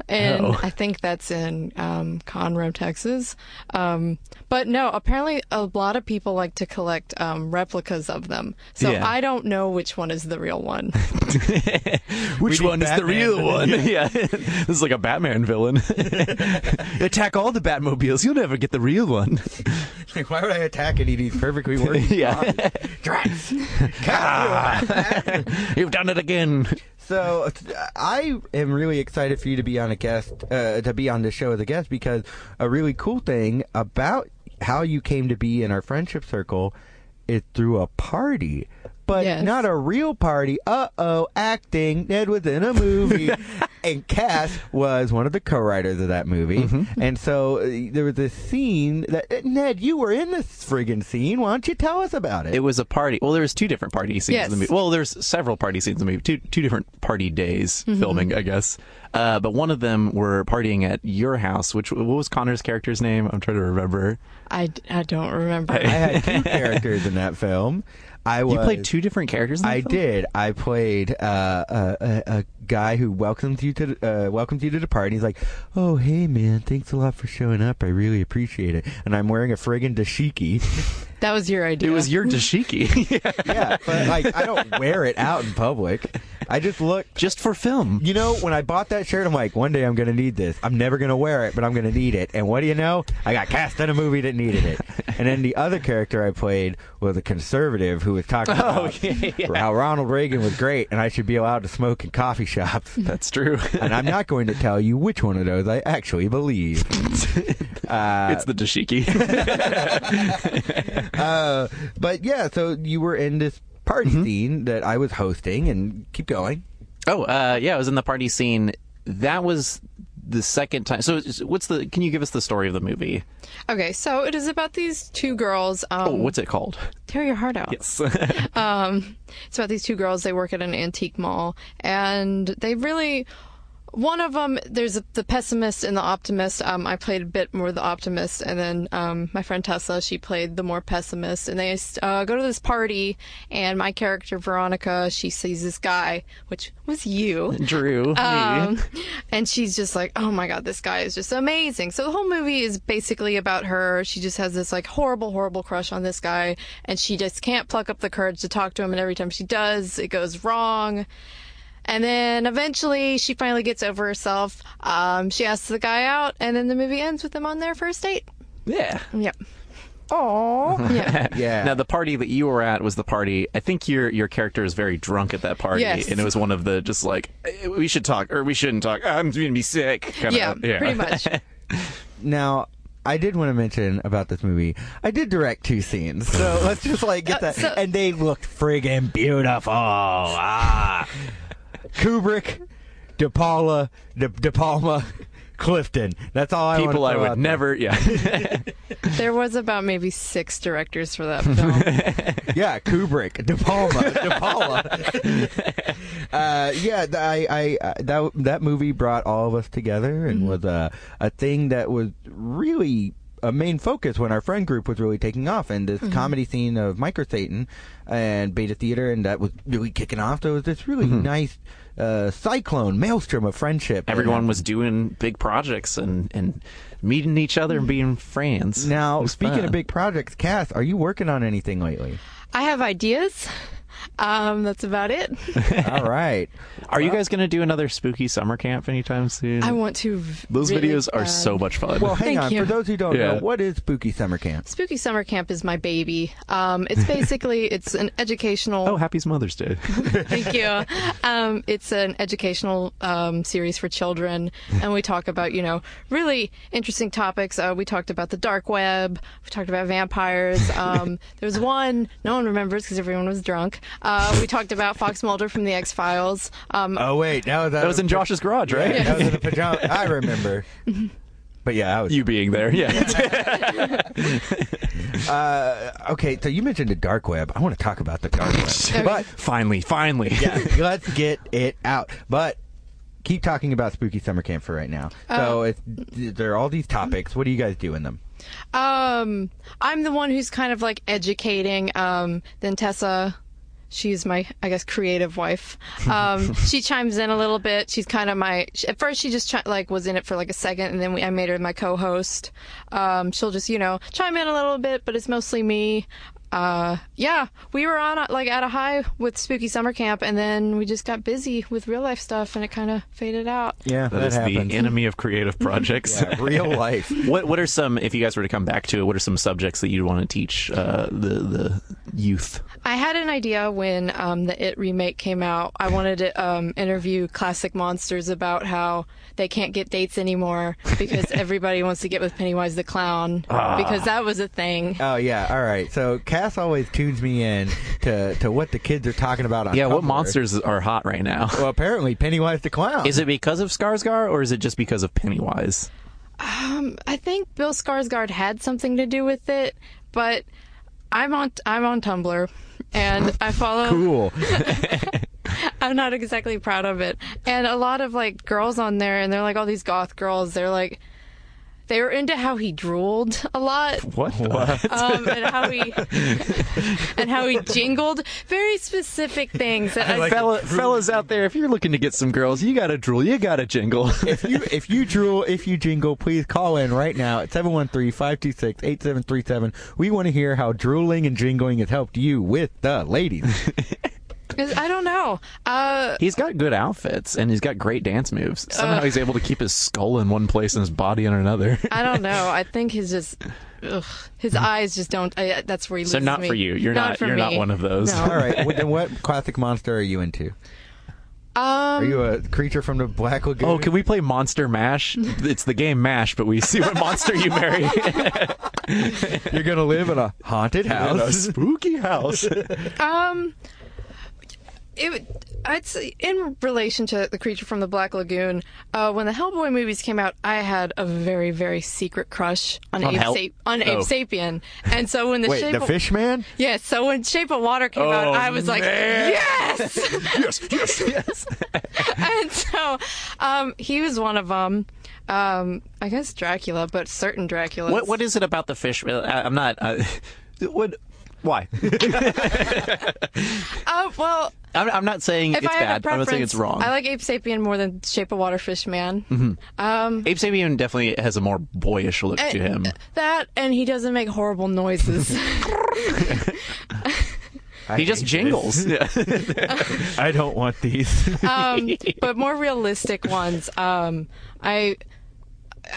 [SPEAKER 6] And
[SPEAKER 2] Oh.
[SPEAKER 6] I think that's in um, Conroe, Texas. Um, but no, apparently a lot of people like to collect um, replicas of them. So
[SPEAKER 2] Yeah.
[SPEAKER 6] I don't know which one is the real one.
[SPEAKER 2] Which
[SPEAKER 1] need
[SPEAKER 2] one is the
[SPEAKER 1] Batman.
[SPEAKER 2] real one? yeah, this is like a Batman villain. Attack all the Batmobiles. You'll never get the real one.
[SPEAKER 1] Like, why would I attack any of these perfectly working?
[SPEAKER 2] Yeah.
[SPEAKER 1] cars? Dress.
[SPEAKER 2] You've done it again.
[SPEAKER 1] So uh, I am really excited for you to be on a guest, uh, to be on the show as a guest, because a really cool thing about how you came to be in our friendship circle is through a party. But
[SPEAKER 6] Yes.
[SPEAKER 1] not a real party. Uh oh, acting. Ned was in a movie. and Cass was one of the co writers of that movie. And so uh, there was this scene that, uh, Ned, you were in this friggin' scene. Why don't you tell us about it?
[SPEAKER 2] It was a party. Well, there was two different party scenes
[SPEAKER 6] Yes.
[SPEAKER 2] in the movie. Well, there's several party scenes in the movie. Two two different party days
[SPEAKER 6] Mm-hmm.
[SPEAKER 2] filming, I guess. Uh, but one of them were partying at your house, which what was Connor's character's name? I'm trying to remember.
[SPEAKER 6] I, I don't remember.
[SPEAKER 1] I had two characters in that film. I was.
[SPEAKER 2] You played two different characters. In that
[SPEAKER 1] I
[SPEAKER 2] film?
[SPEAKER 1] did. I played uh, a, a, a guy who welcomes you to the- uh, welcomes you to the party. He's like, "Oh, hey, man, thanks a lot for showing up. I really appreciate it." And I'm wearing a friggin' dashiki.
[SPEAKER 6] That was your idea.
[SPEAKER 2] It was your dashiki.
[SPEAKER 1] yeah, but like I don't wear it out in public. I just looked.
[SPEAKER 2] just for film.
[SPEAKER 1] You know, when I bought that shirt, I'm like, one day I'm going to need this. I'm never going to wear it, but I'm going to need it. And what do you know? I got cast in a movie that needed it. And then the other character I played was a conservative who was talking about how Ronald Reagan was great and I should be allowed to smoke in coffee shops.
[SPEAKER 2] That's true.
[SPEAKER 1] and I'm not going to tell you which one of those I actually believe.
[SPEAKER 2] it's the dashiki.
[SPEAKER 1] Uh, but yeah, so you were in this party scene that I was hosting, and keep going.
[SPEAKER 2] oh, uh, yeah, I was in the party scene. That was the second time. So, it's- what's the? Can you give us the story of the movie?
[SPEAKER 6] Okay, so it is about these two girls. Um,
[SPEAKER 2] Oh, what's it called?
[SPEAKER 6] Tear your heart out. It's about these two girls. They work at an antique mall, and they really. One of them, there's the pessimist and the optimist. Um, I played a bit more the optimist, and then um, my friend Tesla, she played the more pessimist. And they uh, go to this party, and my character Veronica, she sees this guy, which was you.
[SPEAKER 2] Drew.
[SPEAKER 6] Um, and she's just like, oh my god, this guy is just amazing. So the whole movie is basically about her. She just has this like horrible, horrible crush on this guy, and she just can't pluck up the courage to talk to him. And every time she does, it goes wrong. And then eventually, she finally gets over herself. Um, she asks the guy out, and then the movie ends with them on their first date.
[SPEAKER 2] yeah.
[SPEAKER 6] Yep. Oh. Yeah.
[SPEAKER 1] Yeah.
[SPEAKER 2] Now the party that you were at was the party. I think your your character is very drunk at that party,
[SPEAKER 6] Yes.
[SPEAKER 2] and it was one of the just like "Eh, we should talk or we shouldn't talk. I'm gonna be sick. Kind
[SPEAKER 6] Yeah,
[SPEAKER 2] of,
[SPEAKER 6] pretty much.
[SPEAKER 1] Now, I did want to mention about this movie. I did direct two scenes, so let's just like get
[SPEAKER 6] Uh,
[SPEAKER 1] that.
[SPEAKER 6] so-
[SPEAKER 1] and they looked friggin' beautiful. Ah, Kubrick, De Paula, De, De Palma, Clifton. That's all I wanna
[SPEAKER 2] People I
[SPEAKER 1] throw out
[SPEAKER 2] would
[SPEAKER 1] there.
[SPEAKER 2] never. Yeah.
[SPEAKER 6] There was about maybe six directors for that film.
[SPEAKER 1] yeah, Kubrick, De Palma, De Paula. uh, yeah, th- I, I, I- that that movie brought all of us together
[SPEAKER 6] Mm-hmm.
[SPEAKER 1] and was a a thing that was really a main focus when our friend group was really taking off and
[SPEAKER 6] Mm-hmm.
[SPEAKER 1] this comedy scene of Micro Satan and Beta Theater and that was really kicking off. So it was this really
[SPEAKER 6] Mm-hmm.
[SPEAKER 1] nice uh, cyclone maelstrom of friendship.
[SPEAKER 2] Everyone was doing big projects and and meeting each other and being friends. It
[SPEAKER 1] now
[SPEAKER 2] was
[SPEAKER 1] speaking
[SPEAKER 2] fun.
[SPEAKER 1] of big projects, Cass, are you working on anything lately?
[SPEAKER 6] I have ideas. Um, that's about it.
[SPEAKER 1] all right.
[SPEAKER 2] are you guys gonna do another spooky summer camp anytime soon?
[SPEAKER 6] I want to.
[SPEAKER 2] Mm.
[SPEAKER 6] v-
[SPEAKER 2] Those
[SPEAKER 6] really uh,
[SPEAKER 2] videos are
[SPEAKER 6] bad.
[SPEAKER 2] so much fun.
[SPEAKER 1] Well, hang
[SPEAKER 6] Thank
[SPEAKER 1] on.
[SPEAKER 6] you.
[SPEAKER 1] For those who don't know,
[SPEAKER 2] Yeah.
[SPEAKER 1] what is Spooky Summer Camp?
[SPEAKER 6] Spooky Summer Camp is my baby. Um, it's basically it's an educational.
[SPEAKER 2] oh, happy Mother's Day.
[SPEAKER 6] Thank you. Um, it's an educational um, series for children, and we talk about you know really interesting topics. Uh, we talked about the dark web. We talked about vampires. Um, there was one no one remembers because everyone was drunk. Uh, we talked about Fox Mulder from the X Files. Um,
[SPEAKER 1] Oh wait, that was
[SPEAKER 2] that was in Josh's garage, right?
[SPEAKER 1] That was in the pajama. I remember. But yeah, I was.
[SPEAKER 2] You being there, yeah.
[SPEAKER 1] okay, so you mentioned the dark web. I want to talk about the dark web, but
[SPEAKER 2] finally, finally.
[SPEAKER 1] let's get it out. But keep talking about spooky summer camp for right now. So it's, there are all these topics. What do you guys do in them?
[SPEAKER 6] Um, I'm the one who's kind of like educating. Um, then Tessa, she's my, I guess, creative wife. Um, she chimes in a little bit. She's kind of my. sh- At first, she just chi- like was in it for like a second, and then we, I made her my co-host. Um, she'll just you know chime in a little bit, but it's mostly me. Uh, yeah, we were on uh, like at a high with Spooky Summer Camp, and then we just got busy with real life stuff, and it kind of faded out.
[SPEAKER 1] Yeah,
[SPEAKER 2] That is the enemy of creative projects.
[SPEAKER 1] Real life.
[SPEAKER 2] What What are some? If you guys were to come back to it, what are some subjects that you'd want to teach uh, the the youth?
[SPEAKER 6] I had an idea when um, the It remake came out. I wanted to um, interview classic monsters about how they can't get dates anymore because everybody wants to get with Pennywise the Clown because that was a thing.
[SPEAKER 1] Oh yeah. All right. So Cass always tunes me in to to what the kids are talking about on.
[SPEAKER 2] Yeah, what
[SPEAKER 1] Tumblr.
[SPEAKER 2] monsters are hot right now?
[SPEAKER 1] Well, apparently Pennywise the clown.
[SPEAKER 2] Is it because of Skarsgård or is it just because of Pennywise?
[SPEAKER 6] I think Bill Skarsgård had something to do with it, but I'm on I'm on Tumblr and I follow.
[SPEAKER 1] cool?
[SPEAKER 6] I'm not exactly proud of it. And a lot of like girls on there, and they're like all these goth girls. They're like, they were into how he drooled a lot.
[SPEAKER 2] What? What?
[SPEAKER 6] um, and how he and how he jingled very specific things that I,
[SPEAKER 2] Fella, fellas out there, if you're looking to get some girls, you gotta drool, you gotta jingle.
[SPEAKER 1] if you if you drool, if you jingle, please call in right now at 713-526-8737. We want to hear how drooling and jingling has helped you with the ladies.
[SPEAKER 6] 'Cause I don't know. Uh,
[SPEAKER 2] He's got good outfits and he's got great dance moves. Somehow he's able to keep his skull in one place and his body in another.
[SPEAKER 6] I don't know. I think his just ugh,
[SPEAKER 1] Hmm.
[SPEAKER 6] his eyes just don't. I, that's where he
[SPEAKER 2] So
[SPEAKER 6] loses
[SPEAKER 2] not
[SPEAKER 6] me.
[SPEAKER 2] for you. You're not-
[SPEAKER 6] for
[SPEAKER 2] you're not
[SPEAKER 6] me.
[SPEAKER 2] one of those.
[SPEAKER 6] No.
[SPEAKER 1] All right. Well, then what classic monster are you into? Are
[SPEAKER 6] Um,
[SPEAKER 1] you a creature from the Black Lagoon?
[SPEAKER 2] Oh, can we play Monster Mash? It's the game Mash, but we see what monster you marry.
[SPEAKER 1] You're gonna live in a haunted house.
[SPEAKER 2] spooky house.
[SPEAKER 6] um, it. would- I'd say in relation to the creature from the Black Lagoon, uh, when the Hellboy movies came out, I had a very very secret crush on,
[SPEAKER 2] On
[SPEAKER 6] Abe,
[SPEAKER 2] Hell-
[SPEAKER 6] Sap- on Abe
[SPEAKER 2] Oh.
[SPEAKER 6] Sapien, and so when the
[SPEAKER 1] Wait,
[SPEAKER 6] shape
[SPEAKER 1] the
[SPEAKER 6] of,
[SPEAKER 1] fish man?
[SPEAKER 6] yeah, so when Shape of Water came out,
[SPEAKER 2] Oh,
[SPEAKER 6] I was like,
[SPEAKER 2] man.
[SPEAKER 6] yes.
[SPEAKER 2] yes, yes, yes.
[SPEAKER 6] and so um, he was one of them. Um, I guess Dracula, but certain Dracula.
[SPEAKER 2] What what is it about the fish? I, I'm not. Uh, what? Why?
[SPEAKER 6] Uh, well,
[SPEAKER 2] I'm, I'm not saying
[SPEAKER 6] if
[SPEAKER 2] it's
[SPEAKER 6] I have a
[SPEAKER 2] bad. I'm
[SPEAKER 6] preference,
[SPEAKER 2] not saying it's wrong. Mm-hmm.
[SPEAKER 6] I like Ape Sapien more than Shape of Water Fish Man. Um,
[SPEAKER 2] Abe Sapien definitely has a more boyish look
[SPEAKER 6] Eh,
[SPEAKER 2] to him.
[SPEAKER 6] that and he doesn't make horrible noises.
[SPEAKER 2] He just jingles.
[SPEAKER 1] I don't want these.
[SPEAKER 6] um, but more realistic ones. Um, I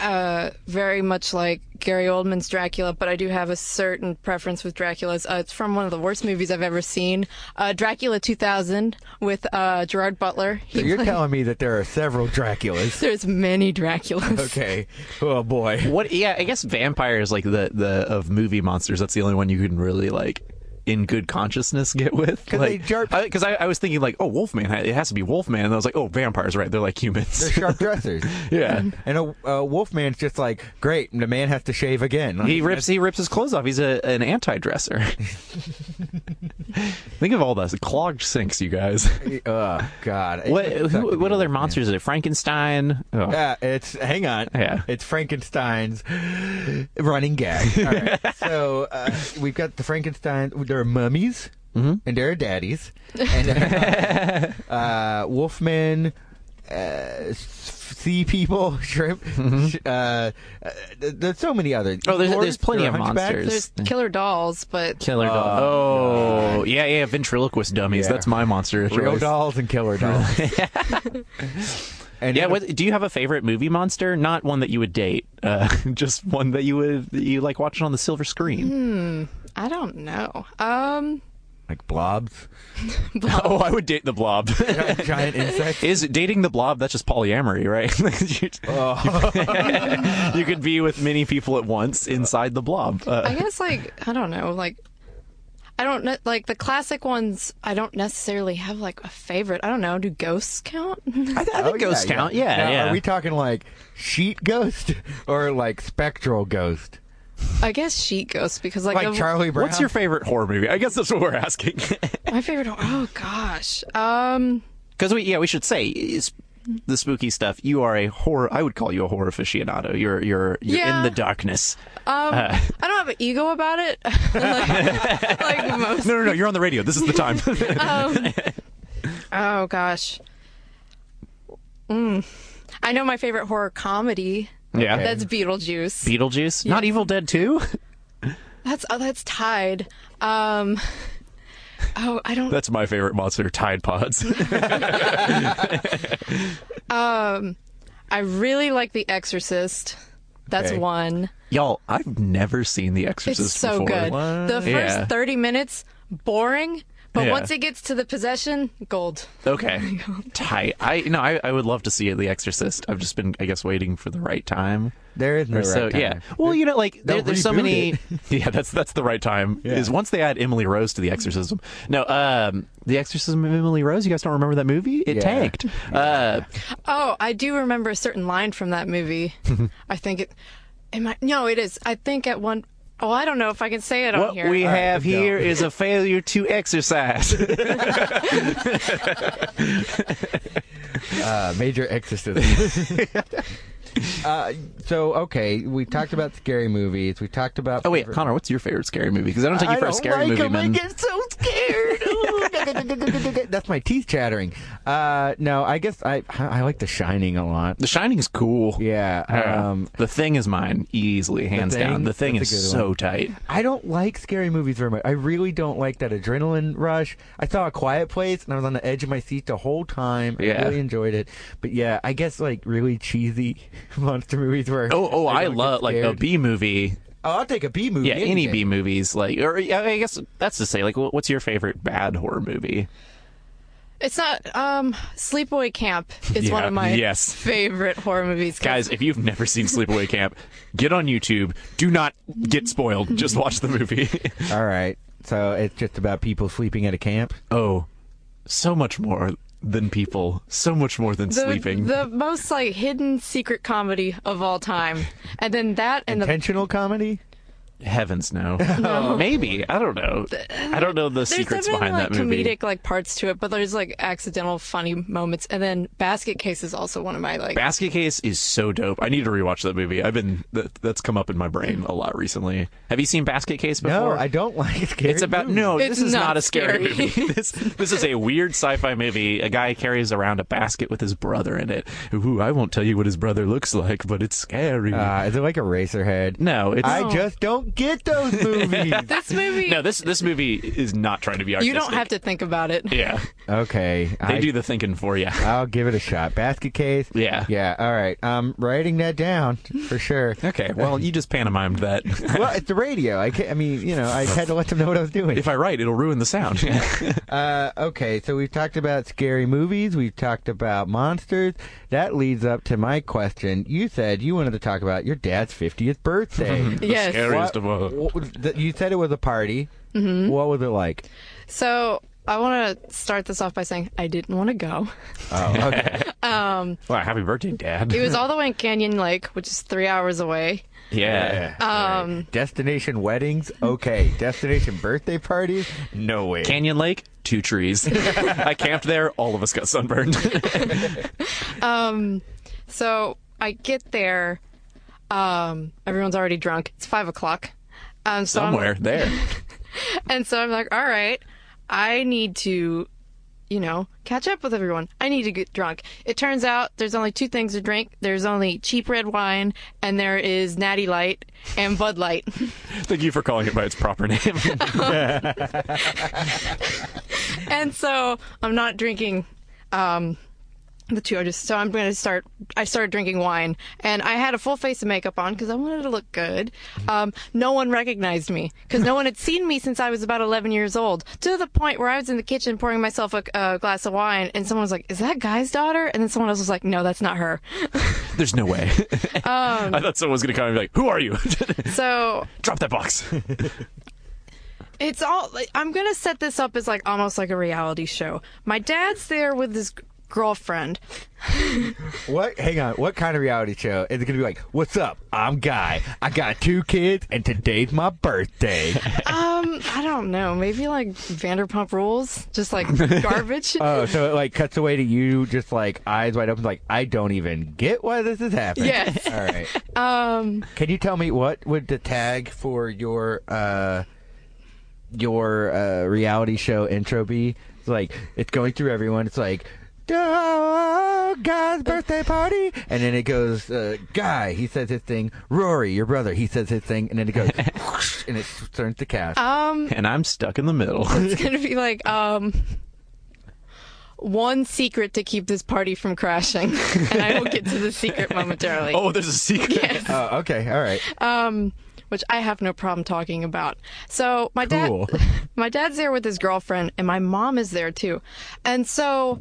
[SPEAKER 6] uh, very much like Gary Oldman's Dracula, but I do have a certain preference with Dracula's. Uh, it's from one of the worst movies I've ever seen, uh, Dracula 2000 with uh, Gerard Butler.
[SPEAKER 1] so
[SPEAKER 6] He
[SPEAKER 1] you're
[SPEAKER 6] played-
[SPEAKER 1] telling me that there are several Draculas.
[SPEAKER 6] There's many Draculas.
[SPEAKER 1] Okay. Oh boy.
[SPEAKER 2] What? Yeah, I guess vampires like the the of movie monsters. That's the only one you can really like in good consciousness get with.
[SPEAKER 1] 'Cause they
[SPEAKER 2] Like,
[SPEAKER 1] jerk-
[SPEAKER 2] because I, I was thinking like, oh, Wolfman. It has to be Wolfman. And I was like, oh, vampires, right? They're like humans.
[SPEAKER 1] They're sharp dressers.
[SPEAKER 2] yeah.
[SPEAKER 1] And a, a wolf man's just like, great, the man has to shave again. Like,
[SPEAKER 2] He rips he rips his clothes off. He's a, an anti dresser. Think of all those clogged sinks, you guys.
[SPEAKER 1] Oh God.
[SPEAKER 2] What
[SPEAKER 1] It sucked to
[SPEAKER 2] who, what
[SPEAKER 1] be Uh,
[SPEAKER 2] other
[SPEAKER 1] a wolf man.
[SPEAKER 2] monsters is it? Frankenstein. Oh.
[SPEAKER 1] Yeah, it's hang on.
[SPEAKER 2] Yeah.
[SPEAKER 1] it's Frankenstein's running gag. All right, so uh, we've got the Frankenstein. There are mummies,
[SPEAKER 2] Mm-hmm.
[SPEAKER 1] and there are daddies, and there are, uh, wolfman, uh, s- sea people, shrimp. sh- Uh, uh, th- there's so many others.
[SPEAKER 2] Mm-hmm. Oh, there's-
[SPEAKER 1] Lords,
[SPEAKER 2] there's plenty
[SPEAKER 1] there are
[SPEAKER 2] of
[SPEAKER 1] hunchbacks.
[SPEAKER 2] monsters.
[SPEAKER 6] There's killer dolls, but
[SPEAKER 2] Killer doll. Oh, yeah, yeah. Ventriloquist dummies.
[SPEAKER 1] Yeah.
[SPEAKER 2] That's my monster.
[SPEAKER 1] Real
[SPEAKER 2] choice.
[SPEAKER 1] dolls and killer dolls. and
[SPEAKER 2] Yeah,
[SPEAKER 1] then
[SPEAKER 2] what, do you have a favorite movie monster? Not one that you would date, uh, just one that you would that you like watching on the silver screen.
[SPEAKER 6] I don't know. Um,
[SPEAKER 1] like blobs,
[SPEAKER 2] Oh, I would date the Blob.
[SPEAKER 1] giant insects.
[SPEAKER 2] Is dating the Blob? That's just polyamory, right? you, you could be with many people at once inside the Blob.
[SPEAKER 6] I
[SPEAKER 2] Uh,
[SPEAKER 6] guess like I don't know, like I don't know, like the classic ones. I don't necessarily have like a favorite. I don't know. Do ghosts count?
[SPEAKER 2] I, I think ghosts count. Yeah,
[SPEAKER 1] Oh, Now,
[SPEAKER 2] yeah.
[SPEAKER 1] Are we talking like sheet ghost or like spectral ghost?
[SPEAKER 6] I guess sheet ghosts because like,
[SPEAKER 1] Like
[SPEAKER 6] the-
[SPEAKER 1] Charlie Brown.
[SPEAKER 2] What's your favorite horror movie? I guess that's what we're asking.
[SPEAKER 6] my favorite. Oh gosh. Um.
[SPEAKER 2] Because we, yeah, we should say is the spooky stuff. You are a horror. I would call you a horror aficionado. You're you're you're
[SPEAKER 6] Yeah.
[SPEAKER 2] in the darkness.
[SPEAKER 6] Um. I don't have an ego about it. like, like most.
[SPEAKER 2] No, no, no. You're on the radio. This is the time.
[SPEAKER 6] Um, oh gosh. Mm. I know my favorite horror comedy.
[SPEAKER 2] yeah.
[SPEAKER 6] That's Beetlejuice.
[SPEAKER 2] Beetlejuice? Not Evil Dead 2?
[SPEAKER 6] That's oh, that's tied. Um, oh, I don't.
[SPEAKER 2] That's my favorite monster, Tide Pods.
[SPEAKER 6] I really like The Exorcist. That's
[SPEAKER 1] Okay.
[SPEAKER 6] one.
[SPEAKER 2] Y'all, I've never seen The
[SPEAKER 6] It's
[SPEAKER 2] Exorcist
[SPEAKER 6] so
[SPEAKER 2] before.
[SPEAKER 6] good. The first
[SPEAKER 2] Yeah.
[SPEAKER 6] thirty minutes boring, but
[SPEAKER 2] Yeah.
[SPEAKER 6] once it gets to the possession, gold.
[SPEAKER 2] Okay. Tight. I no, I, I would love to see The Exorcist. I've just been I guess waiting for the right time.
[SPEAKER 1] There is no right
[SPEAKER 2] so
[SPEAKER 1] time.
[SPEAKER 2] yeah. Well, you know, like there,
[SPEAKER 1] They'll
[SPEAKER 2] there's so
[SPEAKER 1] reboot
[SPEAKER 2] many. yeah, that's that's the right time. Is once they add Emily Rose to the exorcism. No, um, the exorcism of Emily Rose. You guys don't remember that movie? It
[SPEAKER 1] Yeah.
[SPEAKER 2] tanked. Uh,
[SPEAKER 6] Oh, I do remember a certain line from that movie. I think it. Am I? No, it is. I think at one oh I don't know if I can say it on
[SPEAKER 2] what
[SPEAKER 6] Oh, here.
[SPEAKER 2] we
[SPEAKER 1] right,
[SPEAKER 2] have
[SPEAKER 1] don't.
[SPEAKER 2] here is a failure to exercise.
[SPEAKER 1] Uh, major exorcism. uh, so okay, we talked about scary movies. We talked about.
[SPEAKER 2] Oh wait,
[SPEAKER 1] favorite-
[SPEAKER 2] Connor, what's your favorite scary movie? Because I don't take you
[SPEAKER 1] I
[SPEAKER 2] for a
[SPEAKER 1] don't
[SPEAKER 2] scary
[SPEAKER 1] like
[SPEAKER 2] movie,
[SPEAKER 1] 'em, I
[SPEAKER 2] man.
[SPEAKER 1] get so scared. Ooh, That's my teeth chattering. Uh, no, I guess I I like The Shining a lot.
[SPEAKER 2] The Shining's cool.
[SPEAKER 1] Yeah.
[SPEAKER 2] Yeah.
[SPEAKER 1] Um,
[SPEAKER 2] the thing is mine, easily, hands
[SPEAKER 1] Thing?
[SPEAKER 2] down. The thing
[SPEAKER 1] That's a
[SPEAKER 2] is
[SPEAKER 1] good
[SPEAKER 2] so
[SPEAKER 1] one.
[SPEAKER 2] tight.
[SPEAKER 1] I don't like scary movies very much. I really don't like that adrenaline rush. I saw A Quiet Place and I was on the edge of my seat the whole time. I
[SPEAKER 2] Yeah.
[SPEAKER 1] really enjoyed it. But yeah, I guess like really cheesy monster movies where
[SPEAKER 2] Oh, oh, I,
[SPEAKER 1] don't get
[SPEAKER 2] love like a
[SPEAKER 1] scared.
[SPEAKER 2] B movie.
[SPEAKER 1] Oh, I'll take a B movie.
[SPEAKER 2] Yeah, any
[SPEAKER 1] anything.
[SPEAKER 2] B movies, like, or yeah, I guess that's to say, like, wh- what's your favorite bad horror movie?
[SPEAKER 6] It's not um Sleepaway Camp is
[SPEAKER 2] Yeah,
[SPEAKER 6] one of my
[SPEAKER 2] yes.
[SPEAKER 6] favorite horror movies. 'cause
[SPEAKER 2] Guys, if you've never seen Sleepaway Camp, get on YouTube. Do not get spoiled. Just watch the movie.
[SPEAKER 1] All right. So it's just about people sleeping at a camp.
[SPEAKER 2] oh, so much more than people. So much more than
[SPEAKER 6] the,
[SPEAKER 2] sleeping.
[SPEAKER 6] the most like hidden secret comedy of all time, and then that and the
[SPEAKER 1] Intentional comedy?
[SPEAKER 2] Heavens no. Maybe I don't know. I don't know the
[SPEAKER 6] there's
[SPEAKER 2] secrets
[SPEAKER 6] definitely
[SPEAKER 2] behind
[SPEAKER 6] like
[SPEAKER 2] that movie.
[SPEAKER 6] comedic like parts to it, but there's like accidental funny moments, and then Basket Case is also one of my like
[SPEAKER 2] Basket Case is so dope. I need to rewatch that movie. I've been that, that's come up in my brain a lot recently. Have you seen Basket Case
[SPEAKER 1] No,
[SPEAKER 2] before?
[SPEAKER 1] I don't like scary
[SPEAKER 2] It's about
[SPEAKER 1] movies.
[SPEAKER 2] no.
[SPEAKER 6] It's
[SPEAKER 2] this is
[SPEAKER 6] not
[SPEAKER 2] not, a scary,
[SPEAKER 6] scary.
[SPEAKER 2] movie. This this is a weird sci-fi movie. A guy carries around a basket with his brother in it. Ooh, I won't tell you what his brother looks like, but it's scary.
[SPEAKER 1] Uh, is it like a racerhead?
[SPEAKER 2] no, it's
[SPEAKER 1] I just don't get those movies.
[SPEAKER 6] this movie.
[SPEAKER 2] no. This this movie is not trying to be
[SPEAKER 6] you
[SPEAKER 2] artistic.
[SPEAKER 6] don't have to think about it.
[SPEAKER 2] Yeah,
[SPEAKER 1] okay.
[SPEAKER 2] they
[SPEAKER 1] I,
[SPEAKER 2] do the thinking for you.
[SPEAKER 1] I'll give it a shot. Basket case.
[SPEAKER 2] Yeah.
[SPEAKER 1] Yeah. All right. I'm writing that down for sure.
[SPEAKER 2] Okay, well, you just pantomimed that.
[SPEAKER 1] well, it's the radio. I can't, I mean, you know, I had to let them know what I was doing.
[SPEAKER 2] if I write, it'll ruin the sound.
[SPEAKER 1] Uh, okay, so we've talked about scary movies. We've talked about monsters. That leads up to my question. You said you wanted to talk about your dad's 50th birthday.
[SPEAKER 6] Yes.
[SPEAKER 2] Scariest of all.
[SPEAKER 1] What was the- you said it was a party.
[SPEAKER 6] Mm-hmm.
[SPEAKER 1] What was it like?
[SPEAKER 6] So I want to start this off by saying I didn't want to go.
[SPEAKER 1] Oh, okay.
[SPEAKER 2] Wow, happy birthday, Dad.
[SPEAKER 6] It was all the way in Canyon Lake, which is three hours away.
[SPEAKER 2] yeah.
[SPEAKER 6] Um,
[SPEAKER 1] Destination weddings? Okay. Destination birthday parties? No way.
[SPEAKER 2] Canyon Lake, two trees. I camped there. All of us got sunburned.
[SPEAKER 6] so I get there. Um, everyone's already drunk. It's five o'clock. Um, so I'm-
[SPEAKER 2] Somewhere there.
[SPEAKER 6] and so I'm like, all right, I need to, you know, catch up with everyone. I need to get drunk. It turns out there's only two things to drink. There's only cheap red wine, and there is Natty Light and Bud Light.
[SPEAKER 2] Thank you for calling it by its proper name.
[SPEAKER 6] and so I'm not drinking um, the two. I just so I'm going to start. I started drinking wine, and I had a full face of makeup on because I wanted to look good. Um, no one recognized me because no one had seen me since I was about 11 years old. To the point where I was in the kitchen pouring myself a, a glass of wine, and someone was like, "Is that guy's daughter?" And then someone else was like, "No, that's not her."
[SPEAKER 2] There's no way.
[SPEAKER 6] Um,
[SPEAKER 2] I thought someone was going to come and be like, Who are you?
[SPEAKER 6] so
[SPEAKER 2] Drop that box.
[SPEAKER 6] it's all like, i'm gonna set this up as like almost like a reality show my dad's there with his g- girlfriend
[SPEAKER 1] What? Hang on. What kind of reality show is it going to be like? What's up? I'm Guy. I got two kids, and today's my birthday.
[SPEAKER 6] Um, I don't know. Maybe like Vanderpump Rules, just like garbage.
[SPEAKER 2] Uh,
[SPEAKER 1] oh, so it like cuts away to you, just like eyes wide open, like I don't even get why this is happening.
[SPEAKER 6] Yes.
[SPEAKER 1] All right.
[SPEAKER 6] um,
[SPEAKER 1] Can you tell me what would the tag for your uh your uh reality show intro be? It's like it's going through everyone. It's like. Oh, guy's birthday party, and then it goes. Uh, guy, he says his thing. Rory, your brother, he says his thing, and then it goes, whoosh, and it turns to cash.
[SPEAKER 6] um,
[SPEAKER 2] and I'm stuck in the middle.
[SPEAKER 6] it's gonna be like um, one secret to keep this party from crashing, and I will get to the secret momentarily.
[SPEAKER 2] oh, there's a secret.
[SPEAKER 1] Oh, okay, all right.
[SPEAKER 6] um, which I have no problem talking about. So my
[SPEAKER 1] Cool.
[SPEAKER 6] dad, my dad's there with his girlfriend, and my mom is there too, and so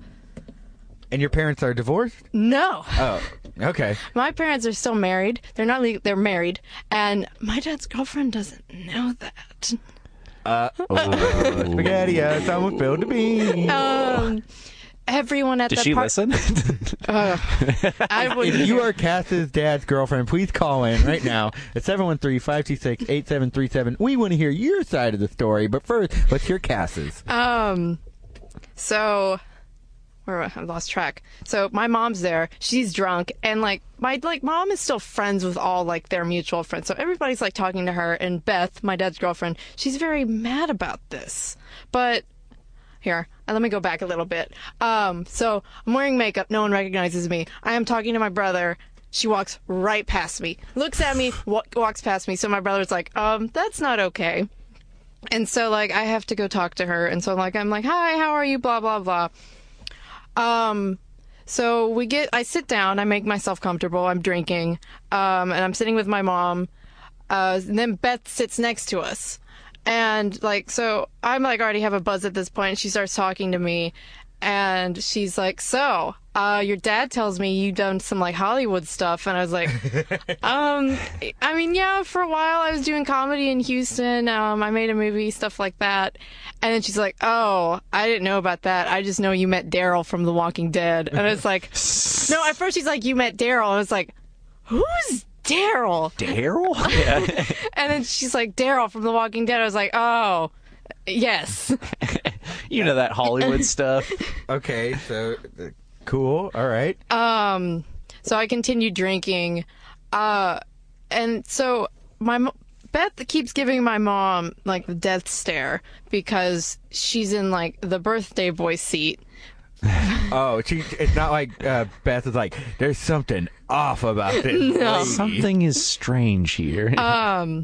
[SPEAKER 1] And your parents are divorced?
[SPEAKER 6] no.
[SPEAKER 2] Uh.
[SPEAKER 1] Oh, okay.
[SPEAKER 6] My parents are still married. They're not. Le- they're married, and my dad's girlfriend doesn't know that.
[SPEAKER 1] Spaghetti, someone spilled the beans.
[SPEAKER 6] Um, everyone at
[SPEAKER 2] Did
[SPEAKER 6] the
[SPEAKER 2] she
[SPEAKER 6] par-
[SPEAKER 2] listen?
[SPEAKER 6] I would.
[SPEAKER 1] If you are Cass's dad's girlfriend, please call in right now at 713 526 8737. We want to hear your side of the story, but first, let's hear Cass's.
[SPEAKER 6] Um, so where am I? I lost track. So my mom's there. She's drunk, and like my like mom is still friends with all like their mutual friends. So everybody's like talking to her. And Beth, my dad's girlfriend, she's very mad about this, but Here, uh, let me go back a little bit. Um, so I'm wearing makeup. No one recognizes me. I am talking to my brother. She walks right past me, looks at me, wa- walks past me. So my brother's like, um, that's not okay. And so like I have to go talk to her. And so I'm like, I'm like, hi, how are you? Blah blah blah. Um, so we get, I sit down, I make myself comfortable, I'm drinking, um, and I'm sitting with my mom. Uh, and then Beth sits next to us. And like, so I'm like already have a buzz at this point. She starts talking to me and she's like, so, uh, your dad tells me you've done some like Hollywood stuff. And I was like, um, I mean, yeah, for a while I was doing comedy in Houston. Um, I made a movie, stuff like that. And then she's like, "Oh, I didn't know about that. I just know you met Daryl from The Walking Dead." And it's like, no. At first she's like, "You met Daryl," and I was like, "Who's Daryl?"
[SPEAKER 2] Daryl? Yeah.
[SPEAKER 6] And then she's like, "Daryl from The Walking Dead." I was like, "Oh, yes."
[SPEAKER 2] You know that Hollywood stuff.
[SPEAKER 1] Okay, so uh, cool. All right.
[SPEAKER 6] um so i continued drinking uh and so my mo- beth keeps giving my mom like the death stare because she's in like the birthday boy seat
[SPEAKER 1] Oh, she, it's not like uh, Beth is like, there's something off about this. lady."
[SPEAKER 2] Something is strange here.
[SPEAKER 6] Um,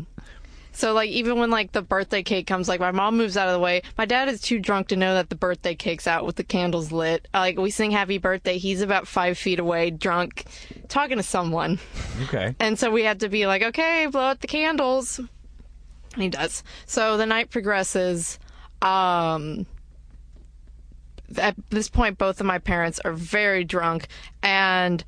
[SPEAKER 6] so like even when like the birthday cake comes like my mom moves out of the way my dad is too drunk to know that the birthday cake's out with the candles lit like we sing happy birthday he's about five feet away drunk talking to someone
[SPEAKER 1] Okay.
[SPEAKER 6] And so we had to be like, okay, blow out the candles. And he does. So the night progresses. Um, at this point, both of my parents are very drunk and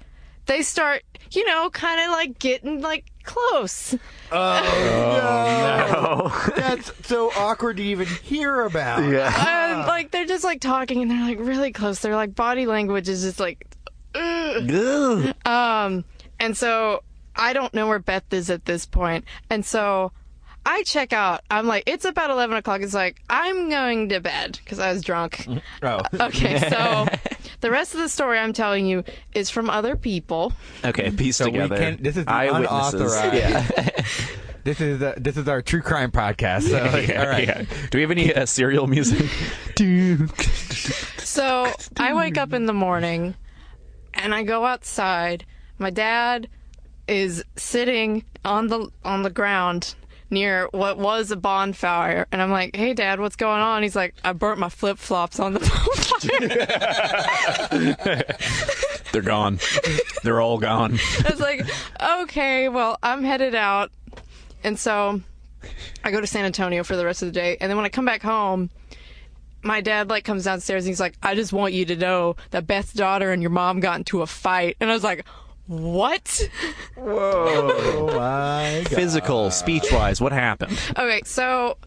[SPEAKER 6] they start, you know, kind of like getting like close.
[SPEAKER 1] That's so awkward to even hear about. Yeah.
[SPEAKER 6] And Um, like they're just like talking and they're like really close. They're like body language is just like,
[SPEAKER 2] Ugh.
[SPEAKER 6] Um, and so I don't know where Beth is at this point. And so I check out. I'm like, it's about 11 o'clock. It's like, I'm going to bed because I was drunk.
[SPEAKER 1] Oh.
[SPEAKER 6] Okay, so the rest of the story I'm telling you is from other people.
[SPEAKER 2] Okay, piece
[SPEAKER 1] Mm-hmm. So we
[SPEAKER 2] together.
[SPEAKER 1] can- this is the
[SPEAKER 2] Eyewitnesses.
[SPEAKER 1] unauthorized-
[SPEAKER 2] Yeah.
[SPEAKER 1] This is uh, this is our true crime podcast. So, all right.
[SPEAKER 2] Yeah. Do we have any uh, serial music?
[SPEAKER 6] So I wake up in the morning and I go outside. My dad is sitting on the on the ground near what was a bonfire and I'm like, "Hey dad, what's going on?" He's like, "I burnt my flip-flops on the bonfire."
[SPEAKER 2] They're gone. They're all gone.
[SPEAKER 6] I was like, "Okay, well, I'm headed out." And so I go to San Antonio for the rest of the day, and then when I come back home, my dad like comes downstairs and he's like, "I just want you to know that Beth's daughter and your mom got into a fight," and I was like, "What?"
[SPEAKER 1] Oh my God.
[SPEAKER 2] Physical, speech wise, what happened?
[SPEAKER 6] Okay, so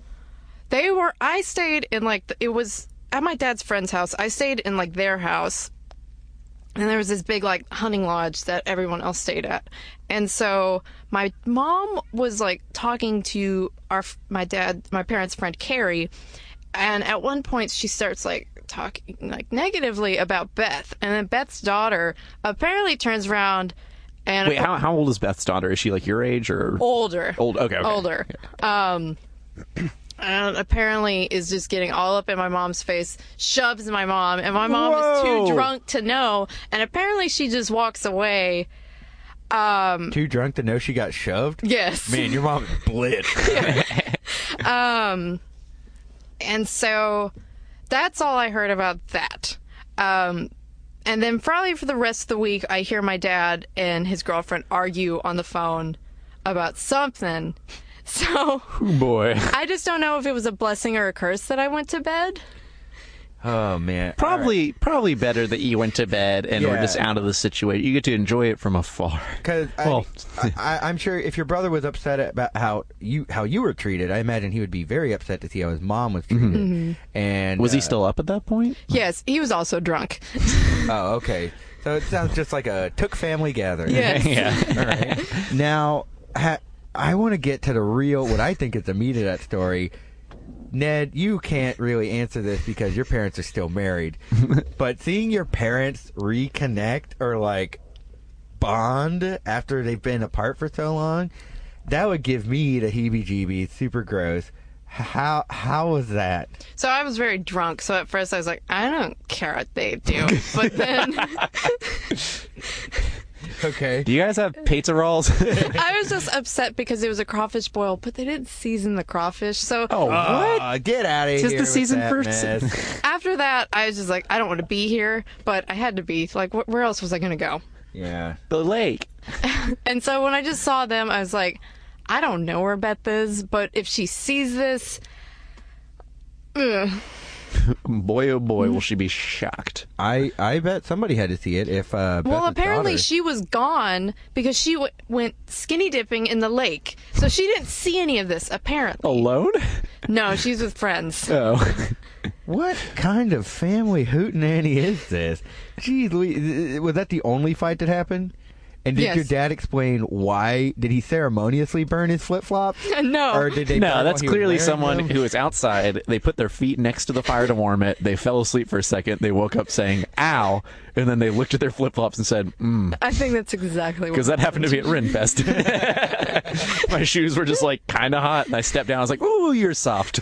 [SPEAKER 6] they were. I stayed in like the, it was at my dad's friend's house. I stayed in like their house, and there was this big like hunting lodge that everyone else stayed at. And so my mom was like talking to our f- my dad, my parents' friend Carrie, and at one point she starts like talking like negatively about Beth, and then Beth's daughter apparently turns around and
[SPEAKER 2] Wait, how, how old is Beth's daughter? Is she like your age or
[SPEAKER 1] Oh,
[SPEAKER 6] older
[SPEAKER 2] Old, okay, okay.
[SPEAKER 6] older. Um, and apparently is just getting all up in my mom's face, shoves my mom, and my mom is
[SPEAKER 2] Whoa.
[SPEAKER 6] too drunk to know. And apparently she just walks away. Um,
[SPEAKER 1] Too drunk to know she got shoved.
[SPEAKER 6] yes.
[SPEAKER 1] Man, your mom is blitzed.
[SPEAKER 6] And so that's all I heard about that. Um, and then probably for the rest of the week, I hear my dad and his girlfriend argue on the phone about something. So
[SPEAKER 2] boy?
[SPEAKER 6] I just don't know if it was a blessing or a curse that I went to bed.
[SPEAKER 1] Oh man.
[SPEAKER 2] Probably, probably better that you went to bed and were
[SPEAKER 1] Yeah.
[SPEAKER 2] just out of the situation. You get to enjoy it from afar.
[SPEAKER 1] Because
[SPEAKER 2] Well-
[SPEAKER 1] I, I, I'm sure if your brother was upset about how you how you were treated, I imagine he would be very upset to see how his mom was treated. And
[SPEAKER 2] Was
[SPEAKER 1] uh,
[SPEAKER 2] he still up at that point?
[SPEAKER 6] Yes, he was also drunk.
[SPEAKER 1] Oh, okay. So it sounds just like a Took family gathering.
[SPEAKER 6] Yes.
[SPEAKER 2] Yeah.
[SPEAKER 1] All right. Now, ha- I want to get to the real, what I think is the meat of that story. Ned, you can't really answer this because your parents are still married. but seeing your parents reconnect or like bond after they've been apart for so long, that would give me the heebie jeebies. Super gross. How how was that?
[SPEAKER 6] So I was very drunk. So at first I was like, I don't care what they do. But then
[SPEAKER 1] Okay.
[SPEAKER 2] Do you guys have pizza rolls?
[SPEAKER 6] I was just upset because it was a crawfish boil, but they didn't season the crawfish. So
[SPEAKER 1] Oh,
[SPEAKER 2] Oh,
[SPEAKER 1] Aw, get out of here.
[SPEAKER 2] Tis the
[SPEAKER 1] with
[SPEAKER 2] season
[SPEAKER 1] that
[SPEAKER 2] for-
[SPEAKER 1] mess.
[SPEAKER 6] after that, I was just like, I don't want to be here, but I had to be. Like, wh- where else was I going to go?
[SPEAKER 1] yeah.
[SPEAKER 2] the lake.
[SPEAKER 6] And so when I just saw them, I was like, I don't know where Beth is, but if she sees this,
[SPEAKER 2] Boy, oh boy, will she be shocked.
[SPEAKER 1] I I bet somebody had to see it. If uh,
[SPEAKER 6] well,
[SPEAKER 1] Beth's
[SPEAKER 6] apparently
[SPEAKER 1] daughter-
[SPEAKER 6] she was gone because she w- went skinny dipping in the lake. So she didn't see any of this, apparently.
[SPEAKER 2] Alone?
[SPEAKER 6] No, she's with friends.
[SPEAKER 2] Oh.
[SPEAKER 1] What kind of family hootenanny is this? Jeez, Louise, was that the only fight that happened? And did
[SPEAKER 6] Yes.
[SPEAKER 1] your dad explain why? Did he ceremoniously burn his flip flops?
[SPEAKER 6] No.
[SPEAKER 1] Or did they? burn
[SPEAKER 2] No,
[SPEAKER 1] while
[SPEAKER 2] that's
[SPEAKER 1] he was
[SPEAKER 2] clearly
[SPEAKER 1] wearing
[SPEAKER 2] someone
[SPEAKER 1] them?
[SPEAKER 2] who was outside. They put their feet next to the fire to warm it. They fell asleep for a second. They woke up saying, ow. And then they looked at their flip flops and said, mm.
[SPEAKER 6] I think that's exactly what
[SPEAKER 2] Because that happened to be at Renfest. My shoes were just like kind of hot. And I stepped down. I was like, ooh, you're soft.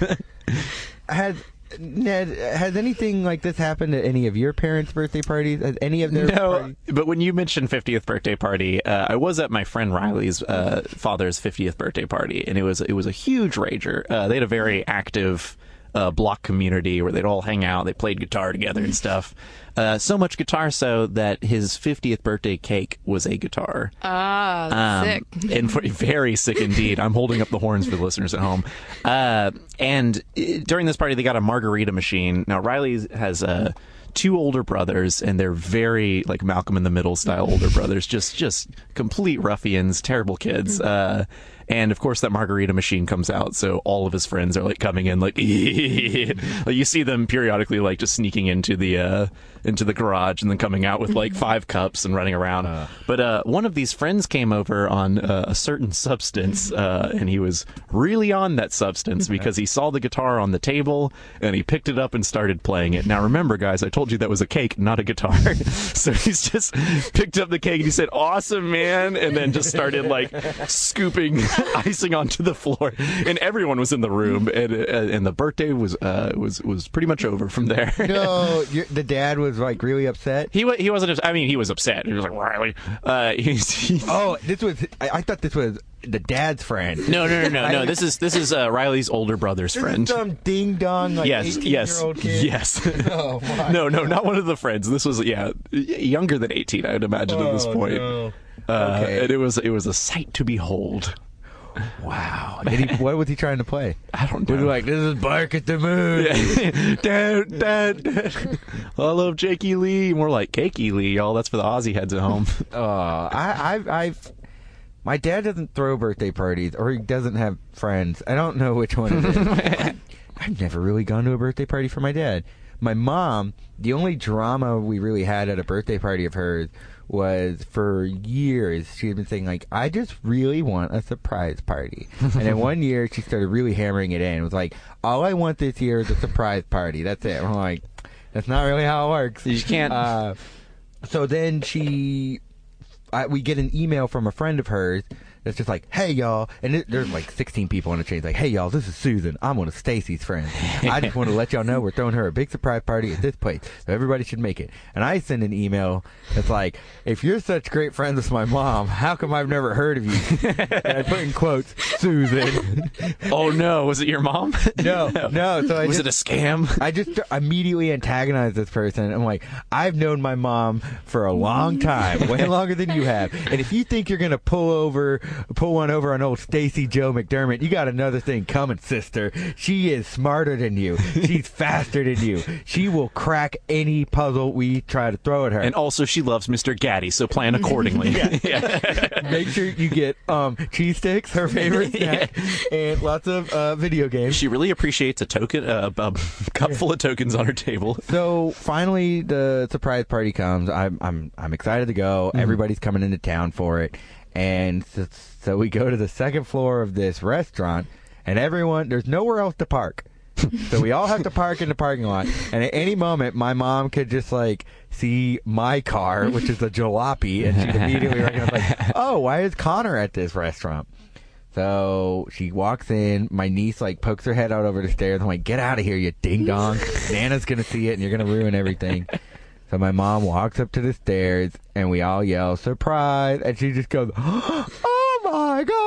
[SPEAKER 1] Has Ned? Has anything like this happened at any of your parents' birthday parties? Has any of their?
[SPEAKER 2] No,
[SPEAKER 1] parties-
[SPEAKER 2] but when you mentioned 50th birthday party, uh, I was at my friend Riley's uh, father's 50th birthday party, and it was it was a huge rager. Uh, they had a very active uh, block community where they'd all hang out. They played guitar together and stuff. Uh, so much guitar, so that his 50th birthday cake was a guitar.
[SPEAKER 6] Ah,
[SPEAKER 2] Um,
[SPEAKER 6] sick.
[SPEAKER 2] and for, very sick indeed. I'm holding up the horns for the listeners at home. Uh, and uh, during this party, they got a margarita machine. Now Riley has uh, two older brothers, and they're very like Malcolm in the Middle style older brothers, just just complete ruffians, terrible kids. Uh, and of course, that margarita machine comes out, so all of his friends are like coming in, like, like you see them periodically, like just sneaking into the uh, into the garage and then coming out with like five cups and running around. But uh, one of these friends came over on uh, a certain substance, uh, and he was really on that substance because he saw the guitar on the table and he picked it up and started playing it. Now remember, guys, I told you that was a cake, not a guitar. so he's just picked up the cake and he said, "Awesome, man!" and then just started like scooping icing onto the floor, and everyone was in the room, and uh, and the birthday was uh, was was pretty much over from there.
[SPEAKER 1] No, your, the dad was like really upset.
[SPEAKER 2] He wa- he wasn't. ups- I mean, he was upset. He was like Riley. Uh, he's, he's,
[SPEAKER 1] Oh, this was. I, I thought this was the dad's friend.
[SPEAKER 2] no, no, no, no, no. This is this is uh, Riley's older brother's friend.
[SPEAKER 1] Some ding dong, like
[SPEAKER 2] Yes,
[SPEAKER 1] 18
[SPEAKER 2] yes,
[SPEAKER 1] year old kid.
[SPEAKER 2] yes.
[SPEAKER 1] Oh, my.
[SPEAKER 2] no, no, not one of the friends. This was yeah, y- younger than eighteen. I'd imagine at this
[SPEAKER 1] Oh,
[SPEAKER 2] point.
[SPEAKER 1] no.
[SPEAKER 2] Uh,
[SPEAKER 1] Okay.
[SPEAKER 2] And it was it was a sight to behold.
[SPEAKER 1] Wow. Did he, what was he trying to play?
[SPEAKER 2] I don't
[SPEAKER 1] Was he
[SPEAKER 2] know.
[SPEAKER 1] like, this is Bark at the Moon.
[SPEAKER 2] dad, dad, dad. I love Jakey Lee. More like Cakey Lee, y'all. That's for the Aussie heads at home.
[SPEAKER 1] Uh, I, I've, I've, my dad doesn't throw birthday parties, or he doesn't have friends. I don't know which one it is. I, I've never really gone to a birthday party for my dad. My mom, the only drama we really had at a birthday party of hers was for years she had been saying like, I just really want a surprise party. and then one year she started really hammering it in. It was like, all I want this year is a surprise party. That's it. I'm like, that's not really how it works.
[SPEAKER 2] You can't-
[SPEAKER 1] Uh, so then she I, we get an email from a friend of hers that's just like, "Hey y'all," and it, there's like 16 people on the chain. Like, "Hey y'all, this is Susan. I'm one of Stacy's friends. I just want to let y'all know we're throwing her a big surprise party at this place, so everybody should make it." And I send an email that's like, "If you're such great friends with my mom, how come I've never heard of you?" and I put in quotes, "Susan."
[SPEAKER 2] oh no, was it your mom?
[SPEAKER 1] No, no. So I
[SPEAKER 2] was
[SPEAKER 1] just,
[SPEAKER 2] it a scam?
[SPEAKER 1] I just immediately antagonize this person. I'm like, I've known my mom for a long time, way longer than you have. And if you think you're gonna pull over, pull one over on old Stacy Joe McDermott, you got another thing coming, sister. She is smarter than you. She's faster than you. She will crack any puzzle we try to throw at her.
[SPEAKER 2] And also, she loves Mr. Gaddy, so plan accordingly.
[SPEAKER 1] Make sure you get um cheese sticks, her favorite snack, and lots of uh, video games.
[SPEAKER 2] She really appreciates a token, uh, a cup full of tokens on her table.
[SPEAKER 1] So finally, the surprise party comes. I'm I'm I'm excited to go. Everybody's coming into town for it, and so, so we go to the second floor of this restaurant, and everyone there's nowhere else to park. so we all have to park in the parking lot, and at any moment, my mom could just like see my car, which is a jalopy, and she'd immediately recognize like, "Oh, why is Connor at this restaurant?" So she walks in. My niece like pokes her head out over the stairs. I'm like, "Get out of here, you ding dong! Nana's gonna see it, and you're gonna ruin everything." so my mom walks up to the stairs, and we all yell "surprise!" and she just goes, "Oh my god!"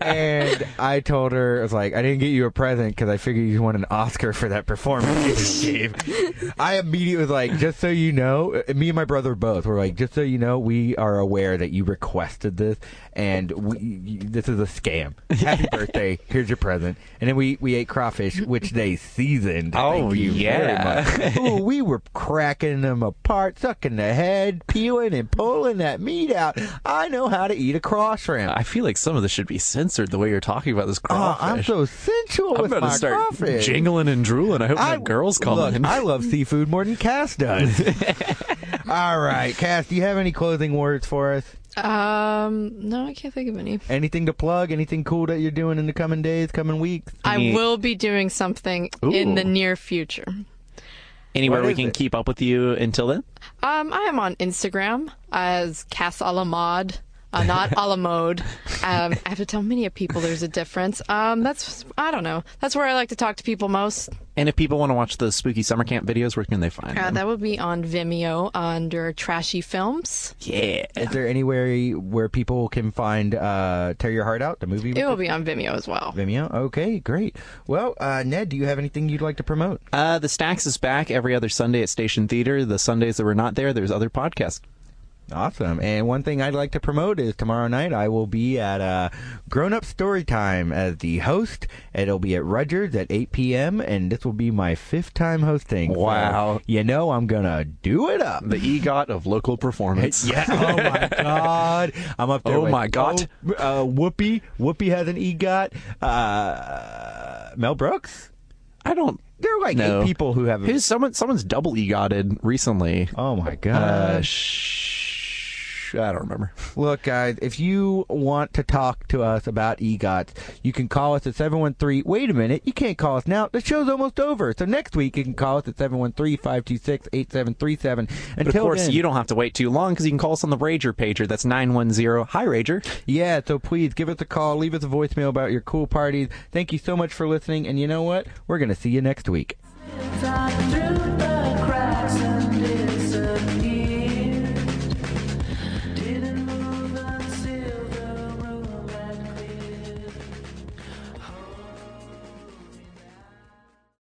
[SPEAKER 1] and I told her, "I was like, I didn't get you a present because I figured you won an Oscar for that performance you just gave." I immediately was like, "Just so you know, me and my brother both were like, just so you know, we are aware that you requested this, and we, you, this is a scam. Happy birthday! Here's your present." And then we we ate crawfish, which they seasoned.
[SPEAKER 2] Oh,
[SPEAKER 1] Thank you
[SPEAKER 2] yeah.
[SPEAKER 1] very much. Ooh, we were cracking them apart, sucking the head, peeling and pulling that meat out. I know how to eat a craw shrimp.
[SPEAKER 2] I feel like some of this should be censored. The way you're talking about this
[SPEAKER 1] Oh,
[SPEAKER 2] crawfish.
[SPEAKER 1] I'm so sensual
[SPEAKER 2] I'm
[SPEAKER 1] with
[SPEAKER 2] about
[SPEAKER 1] my
[SPEAKER 2] to start
[SPEAKER 1] crawfish.
[SPEAKER 2] jingling and drooling. I hope no girls call
[SPEAKER 1] look,
[SPEAKER 2] in.
[SPEAKER 1] I love seafood more than Cass does. All right, Cass, do you have any closing words for us?
[SPEAKER 6] Um, no, I can't think of any.
[SPEAKER 1] Anything to plug? Anything cool that you're doing in the coming days, coming weeks?
[SPEAKER 6] I
[SPEAKER 2] Any-
[SPEAKER 6] will be doing something
[SPEAKER 2] Ooh.
[SPEAKER 6] in the near future.
[SPEAKER 2] Anywhere
[SPEAKER 1] What
[SPEAKER 2] we
[SPEAKER 1] is
[SPEAKER 2] can
[SPEAKER 1] it?
[SPEAKER 2] keep up with you until then.
[SPEAKER 6] Um, I am on Instagram as Cass Alamod. Uh, not a la mode. Um, I have to tell many people there's a difference. Um, that's I don't know. That's where I like to talk to people most.
[SPEAKER 2] And if people want to watch the spooky summer camp videos, where can they find
[SPEAKER 6] Uh,
[SPEAKER 2] them?
[SPEAKER 6] that would be on Vimeo under Trashy Films.
[SPEAKER 2] yeah.
[SPEAKER 1] Is there anywhere where people can find uh, "Tear Your Heart Out" the movie?
[SPEAKER 6] It will be on Vimeo as well.
[SPEAKER 1] Vimeo. Okay, great. Well, uh, Ned, do you have anything you'd like to promote?
[SPEAKER 2] Uh, the Stacks is back every other Sunday at Station Theater. The Sundays that were not there, there's other podcasts.
[SPEAKER 1] Awesome. And one thing I'd like to promote is tomorrow night I will be at uh, Grown Up Storytime as the host. It'll be at Rutgers at 8 p.m. And this will be my fifth time hosting. So,
[SPEAKER 2] Wow.
[SPEAKER 1] you know I'm going to do it up.
[SPEAKER 2] The EGOT of local performance.
[SPEAKER 1] Yeah. Oh my God. I'm up there.
[SPEAKER 2] Oh
[SPEAKER 1] with-
[SPEAKER 2] my God.
[SPEAKER 1] Oh, uh, Whoopi. Whoopi has an EGOT. Uh, Mel Brooks.
[SPEAKER 2] I don't.
[SPEAKER 1] There are like
[SPEAKER 2] know.
[SPEAKER 1] eight people who have.
[SPEAKER 2] Who's someone? Someone's double EGOTed recently.
[SPEAKER 1] oh my
[SPEAKER 2] Uh,
[SPEAKER 1] God.
[SPEAKER 2] sh- I don't remember.
[SPEAKER 1] Look, guys, if you want to talk to us about E EGOTs, you can call us at 713. Wait a minute, you can't call us now. The show's almost over. So next week, you can call us at 713 526 8737.
[SPEAKER 2] But of course, you don't have to wait too long because you can call us on the Rager pager. That's 910. Hi, Rager.
[SPEAKER 1] Yeah, so please give us a call, leave us a voicemail about your cool parties. Thank you so much for listening, and you know what? We're going to see you next week.
[SPEAKER 7] Doctor